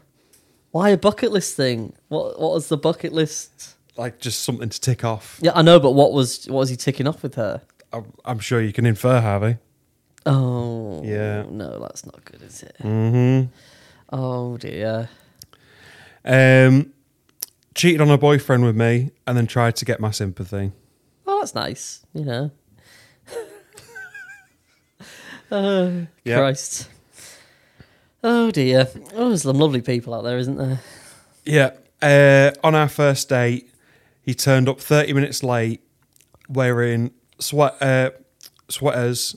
S2: why a bucket list thing? What What was the bucket list?
S1: Like just something to tick off.
S2: Yeah, I know, but what was what was he ticking off with her?
S1: I'm, I'm sure you can infer, Harvey.
S2: Oh.
S1: Yeah.
S2: No, that's not good, is it?
S1: Mm-hmm.
S2: Oh dear.
S1: Um, cheated on a boyfriend with me and then tried to get my sympathy.
S2: Oh, that's nice. You know. Oh,
S1: Yeah.
S2: Christ. Oh, dear. Oh, there's some lovely people out there, isn't there?
S1: Yeah. Uh, on our first date, he turned up 30 minutes late wearing sweat uh, sweaters,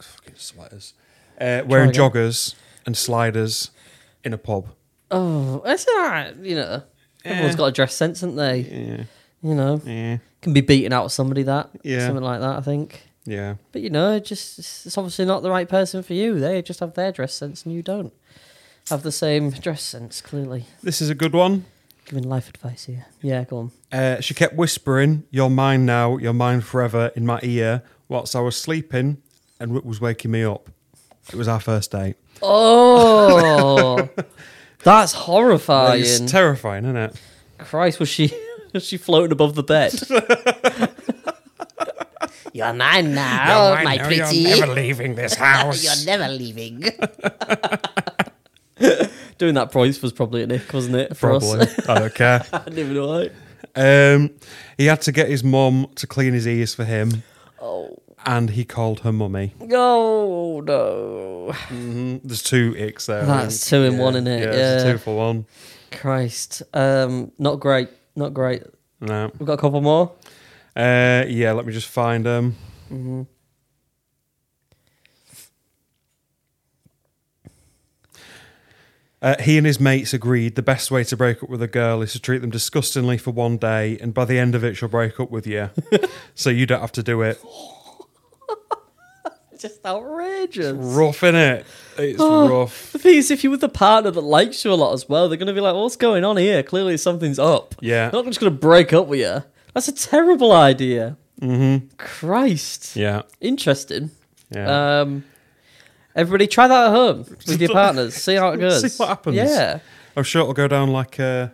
S1: fucking sweaters, uh, wearing
S2: again.
S1: joggers and sliders in a pub.
S2: Oh, it's all right, you know. Everyone's
S1: Yeah.
S2: got a dress sense, haven't they?
S1: Yeah.
S2: You know,
S1: Yeah.
S2: can be beaten out of somebody that,
S1: Yeah.
S2: something like that, I think.
S1: Yeah.
S2: But you know, it just it's obviously not the right person for you. They just have their dress sense, and you don't have the same dress sense. Clearly,
S1: This is a good one.
S2: giving life advice here. Yeah, go on.
S1: Uh, she kept whispering, You're mine now, you're mine forever, in my ear, whilst I was sleeping and Rick was waking me up. It was our first date.
S2: Oh, that's horrifying.
S1: It's terrifying, isn't it?
S2: Christ, was she was she floating above the bed? You're mine now, Oh, my pretty.
S1: You're never leaving this house.
S2: never leaving. Doing that voice was probably a nick, wasn't it? For
S1: Probably.
S2: us,
S1: I don't care.
S2: I didn't even know. it.
S1: Um, he had to get his mum to clean his ears for him,
S2: Oh,
S1: and he called her mummy.
S2: oh no!
S1: Mhm. There's two icks there. I
S2: Mm-hmm. That's
S1: think.
S2: two in one, innit?
S1: it's a
S2: Yeah.
S1: two for one.
S2: Christ, um, not great, not great.
S1: No.
S2: We've got a couple more.
S1: Uh, yeah, let me just find um, them.
S2: Mm-hmm.
S1: Uh, he and his mates agreed the best way to break up with a girl is to treat them disgustingly for one day, and by the end of it, she'll break up with you. so you don't have to do it.
S2: Just outrageous.
S1: Rough, innit? It's
S2: Oh.
S1: rough.
S2: The thing is, if you're with a partner that likes you a lot as well, they're going to be like, "What's going on here? Clearly something's up."
S1: Yeah.
S2: They're not just going to break up with you. That's a terrible idea. Mm-hmm. Christ.
S1: Yeah.
S2: Interesting.
S1: Yeah.
S2: Um, everybody try that at home with your partners. See how it goes.
S1: See what happens.
S2: Yeah,
S1: I'm sure it'll go down like a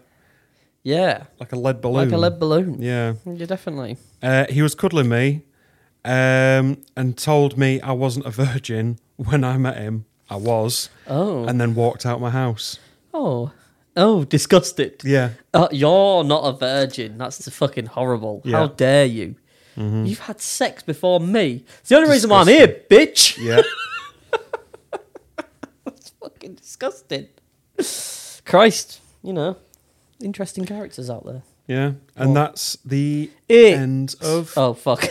S2: yeah,
S1: like a lead balloon.
S2: like a lead balloon.
S1: Yeah.
S2: Yeah, definitely.
S1: Uh, he was cuddling me um, and told me I wasn't a virgin when I met him. I was,
S2: Oh,
S1: and then walked out my house.
S2: oh, oh, disgusted.
S1: Yeah.
S2: Uh, you're not a virgin. That's the fucking horrible. How
S1: Yeah. Mm-hmm.
S2: dare you? You've had sex before me. It's the only reason why I'm here, bitch.
S1: Yeah.
S2: Fucking disgusting. Christ, you know, interesting characters out there.
S1: Yeah. And that's the
S2: It-
S1: end of.
S2: Oh fuck.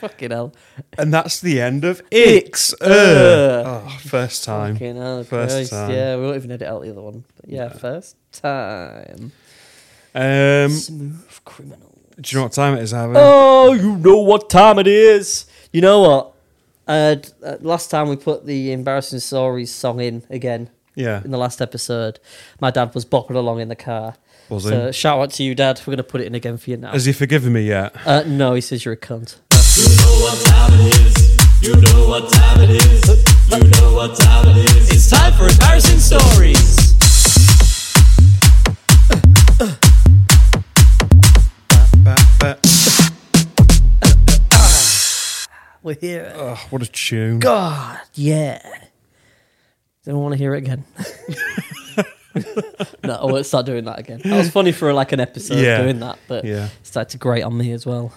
S2: Fucking hell.
S1: And that's the end of Ix.
S2: Uh.
S1: Oh, first time.
S2: Fucking hell,
S1: First
S2: Christ.
S1: time.
S2: Yeah, we won't even edit out the other one. But yeah, first time.
S1: Um,
S2: Smooth criminal.
S1: do you know what time it is, Ivan?
S2: Oh, you know what time it is. You know what? Uh, d- uh, last time we put the embarrassing stories song in again
S1: Yeah.
S2: in the last episode. My dad was bopping along in the car.
S1: Was
S2: so
S1: he?
S2: shout out to you, Dad. We're gonna put it in again for you now.
S1: Has he forgiven me yet?
S2: Uh, no, he says you're a cunt.
S3: You know what time it is. You know what time it is. It's time for embarrassing stories.
S1: Ba- ba-
S2: We're here.
S1: Oh, what a tune.
S2: God, Oh, yeah. Don't want to hear it again. no, I won't start doing that again. That was funny for like an episode
S1: Yeah.
S2: doing that, but
S1: Yeah. Um,
S2: it started to grate on me as well.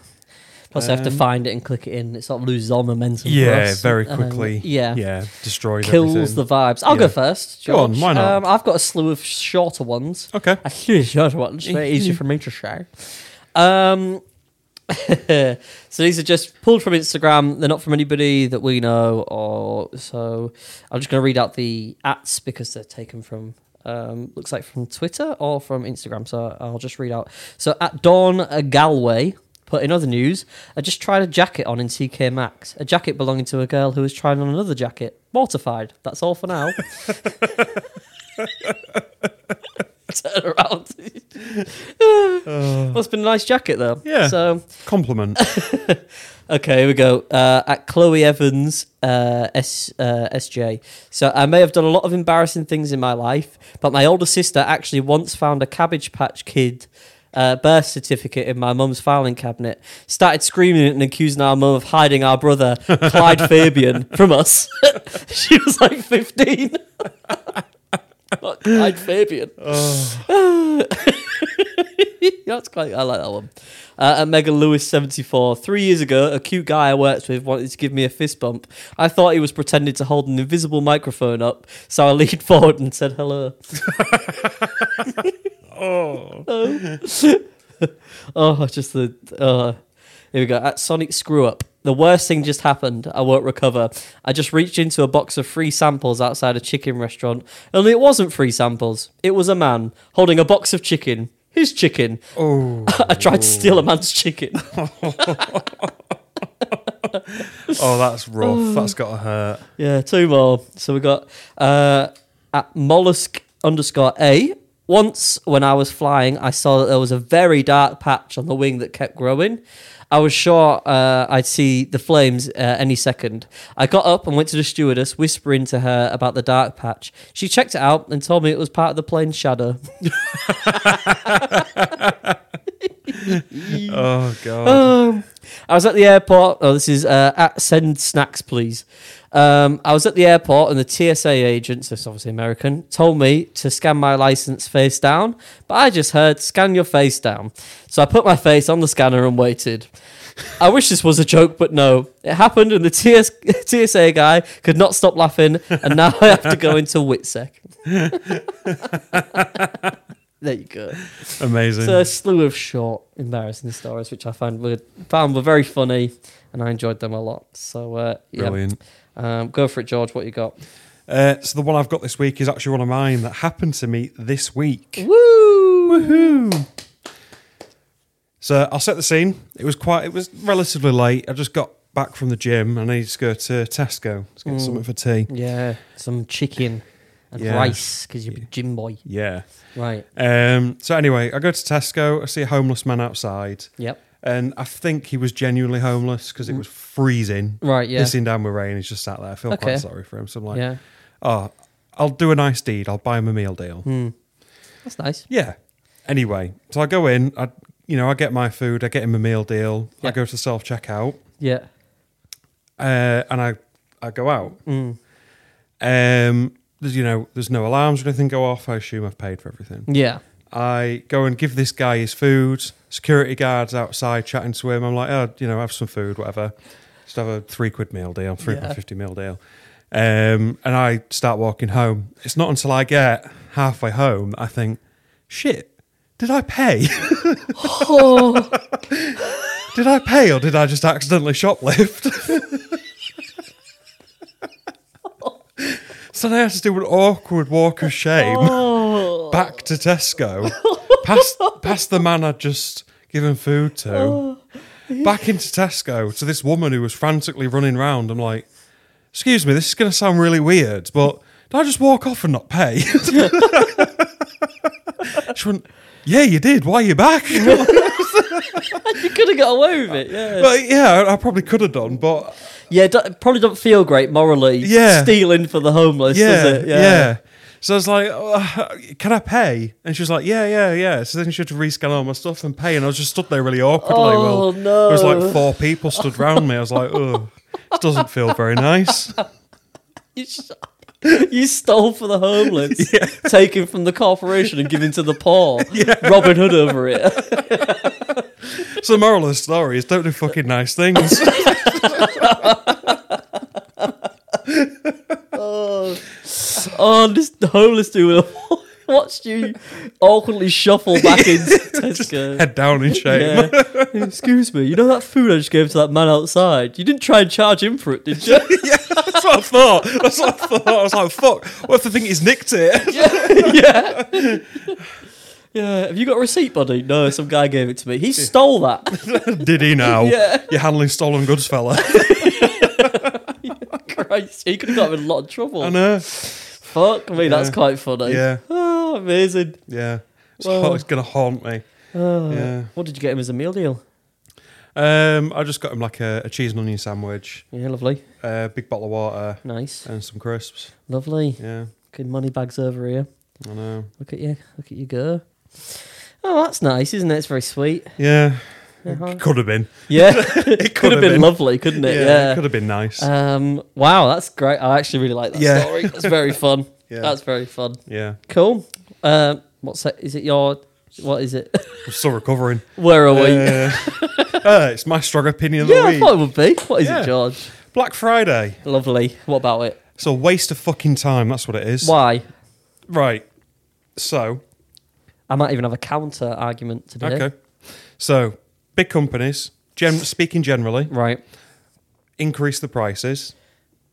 S2: Plus, I have to find it and click it in. It sort of loses all momentum. for
S1: Yeah,
S2: us.
S1: very
S2: Um,
S1: quickly.
S2: yeah.
S1: Yeah. Destroys
S2: Kills
S1: everything.
S2: the vibes. I'll
S1: Yeah.
S2: go first.
S1: Go on,
S2: George.
S1: why not?
S2: Um, I've got a slew of shorter ones.
S1: Okay.
S2: A slew of shorter ones. Very easy for me to share. Um, so these are just pulled from Instagram. They're not from anybody that we know, or so I'm just going to read out the ats because they're taken from. Um, looks like from Twitter or from Instagram. So I'll just read out. So at Dawn uh, Galway put in other news. I just tried a jacket on in TK Maxx. A jacket belonging to a girl who was trying on another jacket. Mortified. That's all for now. Turn around. Must have been a nice jacket though.
S1: Yeah.
S2: So
S1: Compliment.
S2: Okay, here we go. Uh, at Chloe Evans, uh, S, uh, SJ. So I may have done a lot of embarrassing things in my life, but my older sister actually once found a Cabbage Patch Kid uh, birth certificate in my mum's filing cabinet, started screaming and accusing our mum of hiding our brother, Clyde Fabian, from us. she was like 15. Not Clyde Fabian. That's quite. I like that one. Uh, at Megan Lewis seventy four. Three years ago, a cute guy I worked with wanted to give me a fist bump. I thought he was pretending to hold an invisible microphone up, so I leaned forward and said hello. oh. oh, just the. Oh. Here we go. At Sonic Screw Up. The worst thing just happened. I won't recover. I just reached into a box of free samples outside a chicken restaurant. Only it wasn't free samples. It was a man holding a box of chicken. His chicken.
S1: Oh,
S2: I tried to steal a man's chicken.
S1: oh, that's rough. That's gotta hurt.
S2: yeah, two more. So we got uh, at mollusk underscore A. Once when I was flying, I saw that there was a very dark patch on the wing that kept growing. I was sure uh, I'd see the flames uh, any second. I got up and went to the stewardess, whispering to her about the dark patch. She checked it out and told me it was part of the plane's shadow.
S1: Oh god.
S2: Um, I was at the airport. Oh, this is uh, at send snacks, please. Um, I was at the airport, and the TSA agent, so it's obviously American, told me to scan my license face down. But I just heard scan your face down, so I put my face on the scanner and waited. I wish this was a joke, but no. It happened, and the TS- TSA guy could not stop laughing, and now I have to go into WITSEC. there you go.
S1: Amazing.
S2: Oh. So a slew of short, embarrassing stories, which I found were found were very funny, and I enjoyed them a lot. So uh, yeah,
S1: Brilliant.
S2: Um, go for it, George. What you got?
S1: Uh, so the one I've got this week is actually one of mine that happened to me this week.
S2: Woo! Woohoo!
S1: So I'll set the scene. It was quite. It was relatively late. I just got back from the gym and I needed to go to Tesco to get something for tea.
S2: Yeah, some chicken and
S1: Yeah.
S2: rice because you're a gym boy,
S1: Yeah.
S2: right?
S1: Um, so anyway, I go to Tesco. I see a homeless man outside,
S2: Yep.
S1: and I think he was genuinely homeless because it was freezing,
S2: Mm. Right, yeah.
S1: pissing down with rain. He's just sat there. I feel
S2: Okay.
S1: quite sorry for him. So I'm like,
S2: yeah,
S1: oh, I'll do a nice deed. I'll buy him a meal deal.
S2: Hmm. that's nice.
S1: Yeah. Anyway, so I go in. I, you know, I get my food. I get him a meal deal.
S2: Yeah.
S1: I go to self checkout,
S2: Yeah.
S1: uh, and I, I go out. Um, there's, you know, there's no alarms or anything go off. I assume I've paid for everything.
S2: Yeah.
S1: I go and give this guy his food. Security guards outside chatting to him. I'm like, oh, you know, have some food, whatever. Just have a three quid meal deal, three
S2: Yeah.
S1: pound fifty meal deal. Um, and I start walking home. It's not until I get halfway home that I think, shit, did I pay?
S2: Oh,
S1: did I pay or did I just accidentally shoplift? so now I had to do an awkward walk of shame
S2: oh.
S1: back to Tesco, past past the man I'd just given food to, back into Tesco to this woman who was frantically running round. I'm like, excuse me, this is going to sound really weird, but did I just walk off and not pay? she went, yeah, you did. Why are you back?
S2: you could have got away with it. Yeah.
S1: but yeah, I- I probably could have done, but
S2: yeah. Don't, probably don't feel great morally.
S1: Yeah.
S2: Stealing for the homeless.
S1: yeah,
S2: Does it?
S1: yeah. So I was like, "Oh, can I pay? And she was like, yeah, yeah, yeah. So then she had to rescan all my stuff and pay. And I was just stood there really awkwardly. well,
S2: Oh,
S1: There was
S2: no.
S1: like four people stood round me. I was like, oh, this doesn't feel very nice.
S2: You, sh- you stole for the homeless, taking from the corporation and giving to the poor. Robin Hood over it.
S1: So the moral of the story is don't do fucking nice things.
S2: oh, this homeless dude watched you awkwardly shuffle back into Tesco.
S1: Head down in shame.
S2: Yeah. Excuse me, you know that food I just gave to that man outside? You didn't try and charge him for it, did you?
S1: That's what I thought. That's what I thought. I was like, fuck, what if the thing is nicked it?
S2: yeah. Yeah, have you got a receipt, buddy? No, some guy gave it to me. He stole that.
S1: Did he now?
S2: Yeah.
S1: You're handling stolen goods, fella.
S2: Christ, he could have got him in a lot of trouble.
S1: I know.
S2: Fuck me, that's quite funny.
S1: Yeah.
S2: Oh, amazing.
S1: Yeah. It's
S2: Well-
S1: always going to haunt me. yeah.
S2: What did you get him as a meal deal?
S1: Um, I just got him like a, a cheese and onion sandwich,
S2: Yeah, lovely.
S1: a uh, big bottle of water,
S2: Nice.
S1: and some crisps.
S2: Lovely.
S1: Yeah,
S2: Good money bags over here.
S1: I know.
S2: Look at you. Look at you go. Oh, that's nice, isn't it? It's very sweet.
S1: Yeah,
S2: Uh-huh.
S1: could have been.
S2: Yeah. it could
S1: have
S2: have been,
S1: been.
S2: lovely, couldn't it?
S1: Yeah,
S2: Yeah.
S1: it could have been nice.
S2: Um, wow, that's great. I actually really like that
S1: Yeah.
S2: story. That's very fun.
S1: Yeah.
S2: That's very fun.
S1: yeah,
S2: Cool. Um, what's that? Is it your What is it?
S1: I'm still recovering.
S2: Where are we?
S1: Uh, uh, it's my strong opinion of the
S2: yeah, I
S1: week.
S2: thought it would be. What is
S1: Yeah.
S2: it, George?
S1: Black Friday.
S2: Lovely. What about it?
S1: It's a waste of fucking time. That's what it is.
S2: Why?
S1: Right. So,
S2: I might even have a counter argument today.
S1: okay. So, big companies, gen- speaking generally,
S2: Right.
S1: increase the prices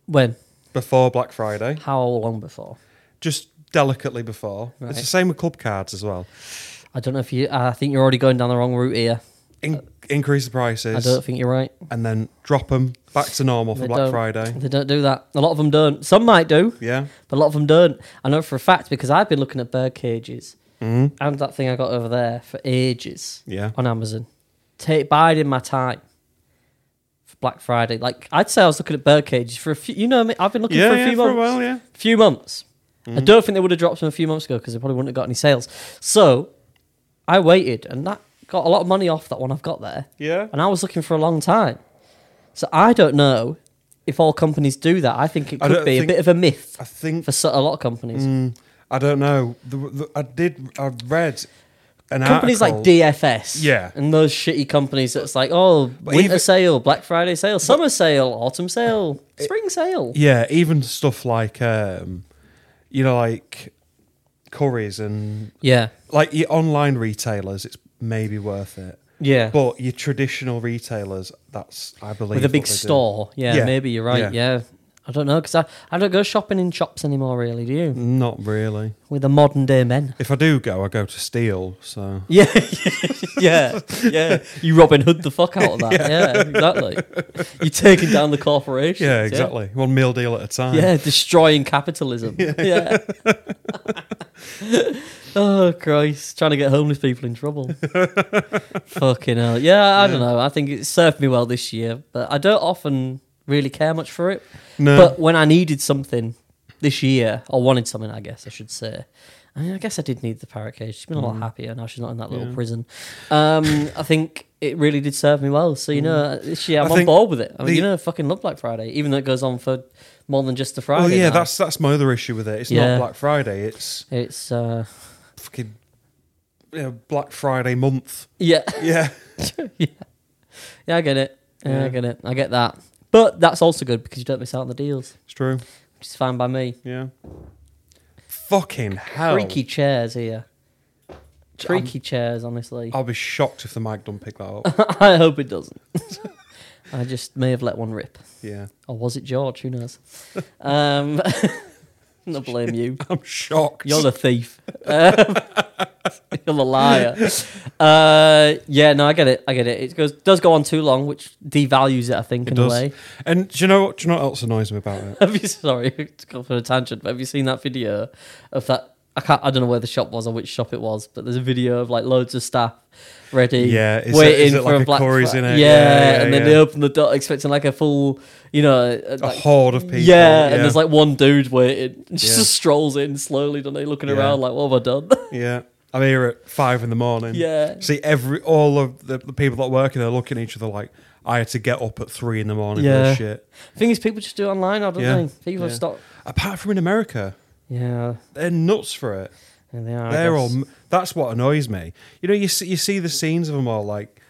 S2: When?
S1: before Black Friday,
S2: How long before?
S1: just delicately before.
S2: Right.
S1: It's the same with club cards as well.
S2: I don't know if you. I think you're already going down the wrong route here.
S1: In- increase the
S2: I
S1: prices
S2: don't think you're right.
S1: and then drop them back to normal for
S2: They
S1: Black
S2: don't-
S1: Friday.
S2: They don't do that. A lot of them don't. Some might do,
S1: Yeah.
S2: but a lot of them don't. I know for a fact because I've been looking at bird cages and that thing I got over there for ages
S1: Mm-hmm. Yeah.
S2: on Amazon. Take biding my time for Black Friday. Like I'd say, I was looking at bird cages for a few. You know, me, I've been looking
S1: Yeah,
S2: for a few
S1: yeah, for
S2: months.
S1: a while, yeah.
S2: Few months. I
S1: Mm-hmm.
S2: don't think they would have dropped them a few months ago because they probably wouldn't have got any sales. So I waited, and that got a lot of money off that one I've got there
S1: Yeah.
S2: and I was looking for a long time. So I don't know if all companies do that. I think it
S1: I
S2: could
S1: don't
S2: be a
S1: think- Mm.
S2: bit of a myth
S1: I think
S2: for so- a lot of companies.
S1: I don't know. The, the, I did. I read an
S2: companies
S1: article.
S2: like DFS,
S1: Yeah.
S2: and those shitty companies that's like, oh, winter
S1: even-
S2: sale, Black Friday sale, summer sale, autumn sale, spring sale.
S1: Yeah, even stuff like um, you know, like curries and
S2: Yeah,
S1: like your online retailers. It's maybe worth it,
S2: yeah,
S1: but your traditional retailers. That's I believe
S2: with a big
S1: what they do.
S2: store. Yeah,
S1: Yeah.
S2: maybe you're right. Yeah. I don't know because I, I don't go shopping in shops anymore. Really, do you?
S1: Not really.
S2: With the modern day men.
S1: If I do go, I go to Steel. So
S2: Yeah, yeah, yeah. You Robin Hood the fuck out of that. Yeah, exactly. You're taking down the corporation.
S1: yeah, exactly. One meal deal at a time.
S2: Yeah, destroying capitalism. Yeah. oh Christ, trying to get homeless people in trouble. Fucking hell. Yeah, I don't know. I think it served me well this year, but I don't often really care much for it.
S1: No.
S2: But when I needed something this year, or wanted something, I guess I should say. I mean, I guess I did need the parrot cage. She's been a lot
S1: Mm.
S2: happier now. She's not in that little prison. Um, I think it really did serve me well. So you know, uh, this year I'm
S1: Mm. I
S2: on
S1: think
S2: board with it. I mean,
S1: the-
S2: you know, I fucking love Black Friday, even though it goes on for more than just the Friday.
S1: Oh yeah,
S2: now.
S1: that's that's my other issue with it. It's
S2: Yeah.
S1: not Black Friday. It's
S2: it's uh,
S1: fucking you know, Black Friday month.
S2: yeah.
S1: Yeah.
S2: yeah, yeah, I get it. Yeah, I
S1: Yeah.
S2: get it. I get that. But that's also good because you don't miss out on the deals,
S1: It's true.
S2: which is fine by me.
S1: Yeah. Fucking hell.
S2: Creaky chairs here. Creaky chairs, honestly.
S1: I'll be shocked if the mag don't pick that up.
S2: I hope it doesn't. I just may have let one rip.
S1: yeah.
S2: Or was it George? Who knows? Um, not blame you.
S1: I'm shocked.
S2: You're the thief. Um, you're the liar. Uh, yeah, no, I get it. I get it. It goes does go on too long, which devalues it. I think in
S1: does.
S2: a way.
S1: And do you know what? Do you know what else annoys me about it?
S2: Have you sorry to go for a tangent? But have you seen that video of that? I can't. I don't know where the shop was or which shop it was, but there's a video of like loads of staff ready,
S1: Yeah, is it-
S2: waiting
S1: is it
S2: for
S1: like
S2: a
S1: a
S2: black
S1: Corey's
S2: Fri-
S1: in it?
S2: Yeah,
S1: Yeah, yeah,
S2: and then
S1: yeah.
S2: they open the door expecting like a full, you know,
S1: A
S2: uh, like,
S1: horde of people.
S2: yeah, and there's like one dude waiting, and she
S1: Yeah.
S2: just strolls in slowly, don't they? Looking
S1: Yeah.
S2: around like, what have I done?
S1: Yeah. I'm here at five in the morning.
S2: Yeah.
S1: See every all of the, the people that work and they're looking at each other like, I had to get up at three in the morning for
S2: Yeah.
S1: this shit.
S2: Thing is, people just do it online, now, don't
S1: Yeah.
S2: they? People
S1: Yeah.
S2: stop.
S1: Apart from in America,
S2: Yeah,
S1: they're nuts for it.
S2: yeah, they are. I
S1: They're all.
S2: guess.
S1: That's what annoys me. You know, you see, you see the scenes of them all like,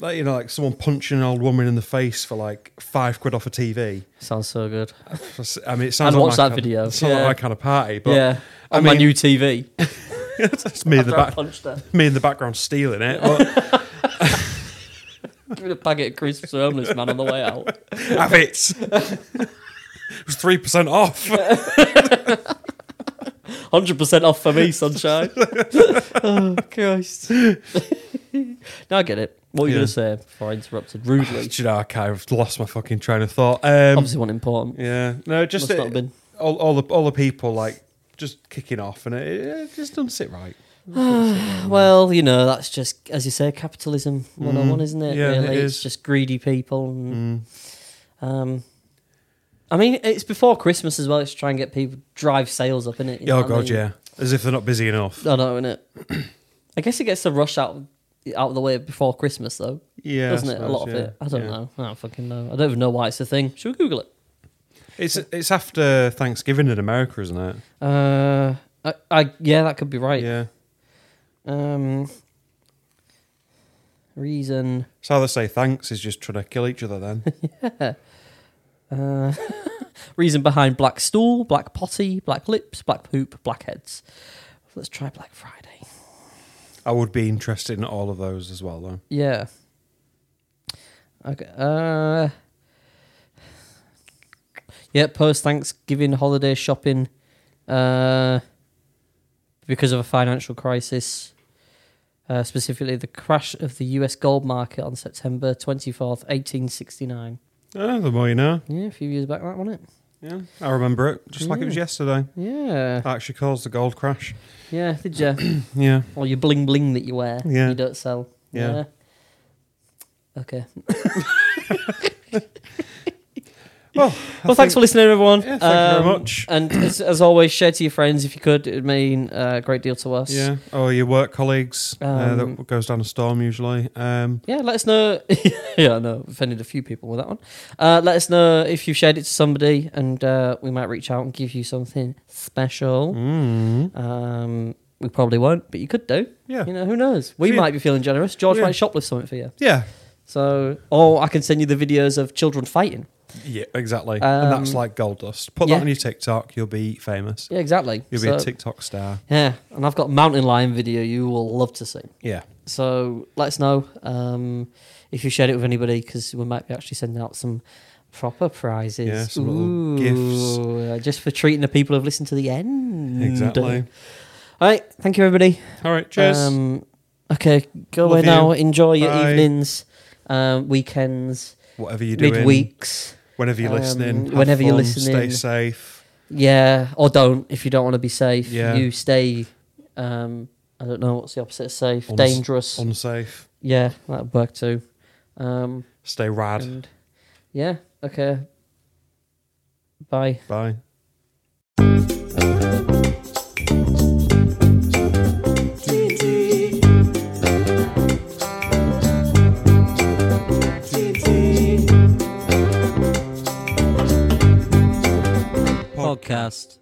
S1: like you know, like someone punching an old woman in the face for like five quid off a TV.
S2: sounds so good.
S1: I mean, it sounds.
S2: I'd
S1: like
S2: watch
S1: my
S2: that
S1: kind-
S2: video.
S1: It's not
S2: Yeah.
S1: like my kind of party, but
S2: yeah,
S1: I
S2: on my
S1: mean-
S2: new TV.
S1: it's me in the
S2: After I
S1: back,
S2: punched her.
S1: me in the background stealing it. But
S2: Give me a packet of crisps to homeless man on the way out.
S1: have it. it was three percent off.
S2: Hundred percent off for me, sunshine. oh Christ. now I get it. What were you
S1: Yeah.
S2: gonna say before I interrupted rudely?
S1: Do you know, okay, I've lost my fucking train of thought. Um,
S2: Obviously wasn't important.
S1: yeah, no, just
S2: Must not
S1: it-
S2: have been.
S1: all, all the all the people like just kicking off, and it, it just doesn't sit right. It doesn't sit right.
S2: Well, you know, that's just as you say, capitalism one on one, isn't it?
S1: Hmm. Yeah, it
S2: really? It's
S1: is. Hmm.
S2: just greedy people and, um I mean, it's before Christmas as well. It's to try and get people drive sales up, innit? You know
S1: oh
S2: what I
S1: god,
S2: mean?
S1: yeah, as if they're not busy enough.
S2: I know, innit? I guess it gets the rush out out of the way before Christmas, though.
S1: Yeah, I
S2: doesn't it? a
S1: suppose,
S2: lot of
S1: yeah,
S2: it. I don't
S1: yeah.
S2: know. I don't fucking know. I don't even know why it's a thing. Should we Google it?
S1: It's it's after Thanksgiving in America, isn't it?
S2: Uh, I, I yeah, that could be right.
S1: Yeah.
S2: Um, reason.
S1: So how they say thanks is just trying to kill each other then.
S2: Uh, reason behind black stool, black potty, black lips, black poop, black heads. Let's try Black Friday.
S1: I would be interested in all of those as well though.
S2: Yeah. Okay. Uh. Yeah. Post Thanksgiving holiday shopping, uh, because of a financial crisis, uh, specifically the crash of the U.S. gold market on September twenty fourth, eighteen sixty nine.
S1: Oh, the more you know.
S2: Yeah, a few years back, that wasn't it?
S1: Yeah. I remember it. Just like it was yesterday.
S2: Yeah.
S1: That actually caused the gold crash.
S2: Uh, Yeah. Did you?
S1: Yeah.
S2: Or your bling bling that you wear,
S1: Yeah.
S2: you don't sell.
S1: Yeah.
S2: Yeah. Okay.
S1: Well,
S2: well, thanks for listening, everyone. Um,
S1: Yeah, thank you very much.
S2: And as, as always, share to your friends if you could. It'd mean uh, a great deal to us.
S1: Yeah. Or your work colleagues. uh,
S2: Um,
S1: that goes down a storm usually. Um,
S2: Yeah, let us know. yeah, I know. Offended a few people with that one. Uh, let us know if you've shared it to somebody, and uh, we might reach out and give you something special.
S1: mm,
S2: Um, we probably won't, but you could do.
S1: yeah.
S2: You know, who knows? We
S1: Yeah.
S2: might be feeling generous. George
S1: Yeah.
S2: might shoplift something for you.
S1: Yeah.
S2: So, or I can send you the videos of children fighting.
S1: Yeah, exactly.
S2: Um,
S1: and that's like gold dust. Put
S2: yeah.
S1: that on your TikTok, you'll be famous.
S2: Yeah, exactly.
S1: You'll be a
S2: So-
S1: TikTok star.
S2: Yeah, and I've got a mountain lion video you will love to see.
S1: Yeah.
S2: So let us know um, if you shared it with anybody because we might be actually sending out some proper prizes.
S1: Yeah, some little gifts.
S2: Ooh, uh, Just for treating the people who've listened to the end.
S1: Exactly.
S2: All right. Thank you, everybody.
S1: All right, cheers.
S2: Um, okay. Go
S1: Love
S2: away
S1: you.
S2: now. Enjoy your
S1: Bye.
S2: evenings, um, weekends,
S1: Whatever you're doing.
S2: midweeks.
S1: Whenever you're
S2: um,
S1: listening. have
S2: whenever you're
S1: fun, Stay
S2: listening.
S1: safe.
S2: Yeah. Or don't if you don't want to be safe.
S1: Yeah.
S2: You stay. Um, I don't know what's the opposite of safe.
S1: Uns-
S2: Dangerous.
S1: Unsafe.
S2: Yeah, that would work too. Um,
S1: Stay rad.
S2: and yeah, okay. Bye.
S1: Bye.
S2: Podcast.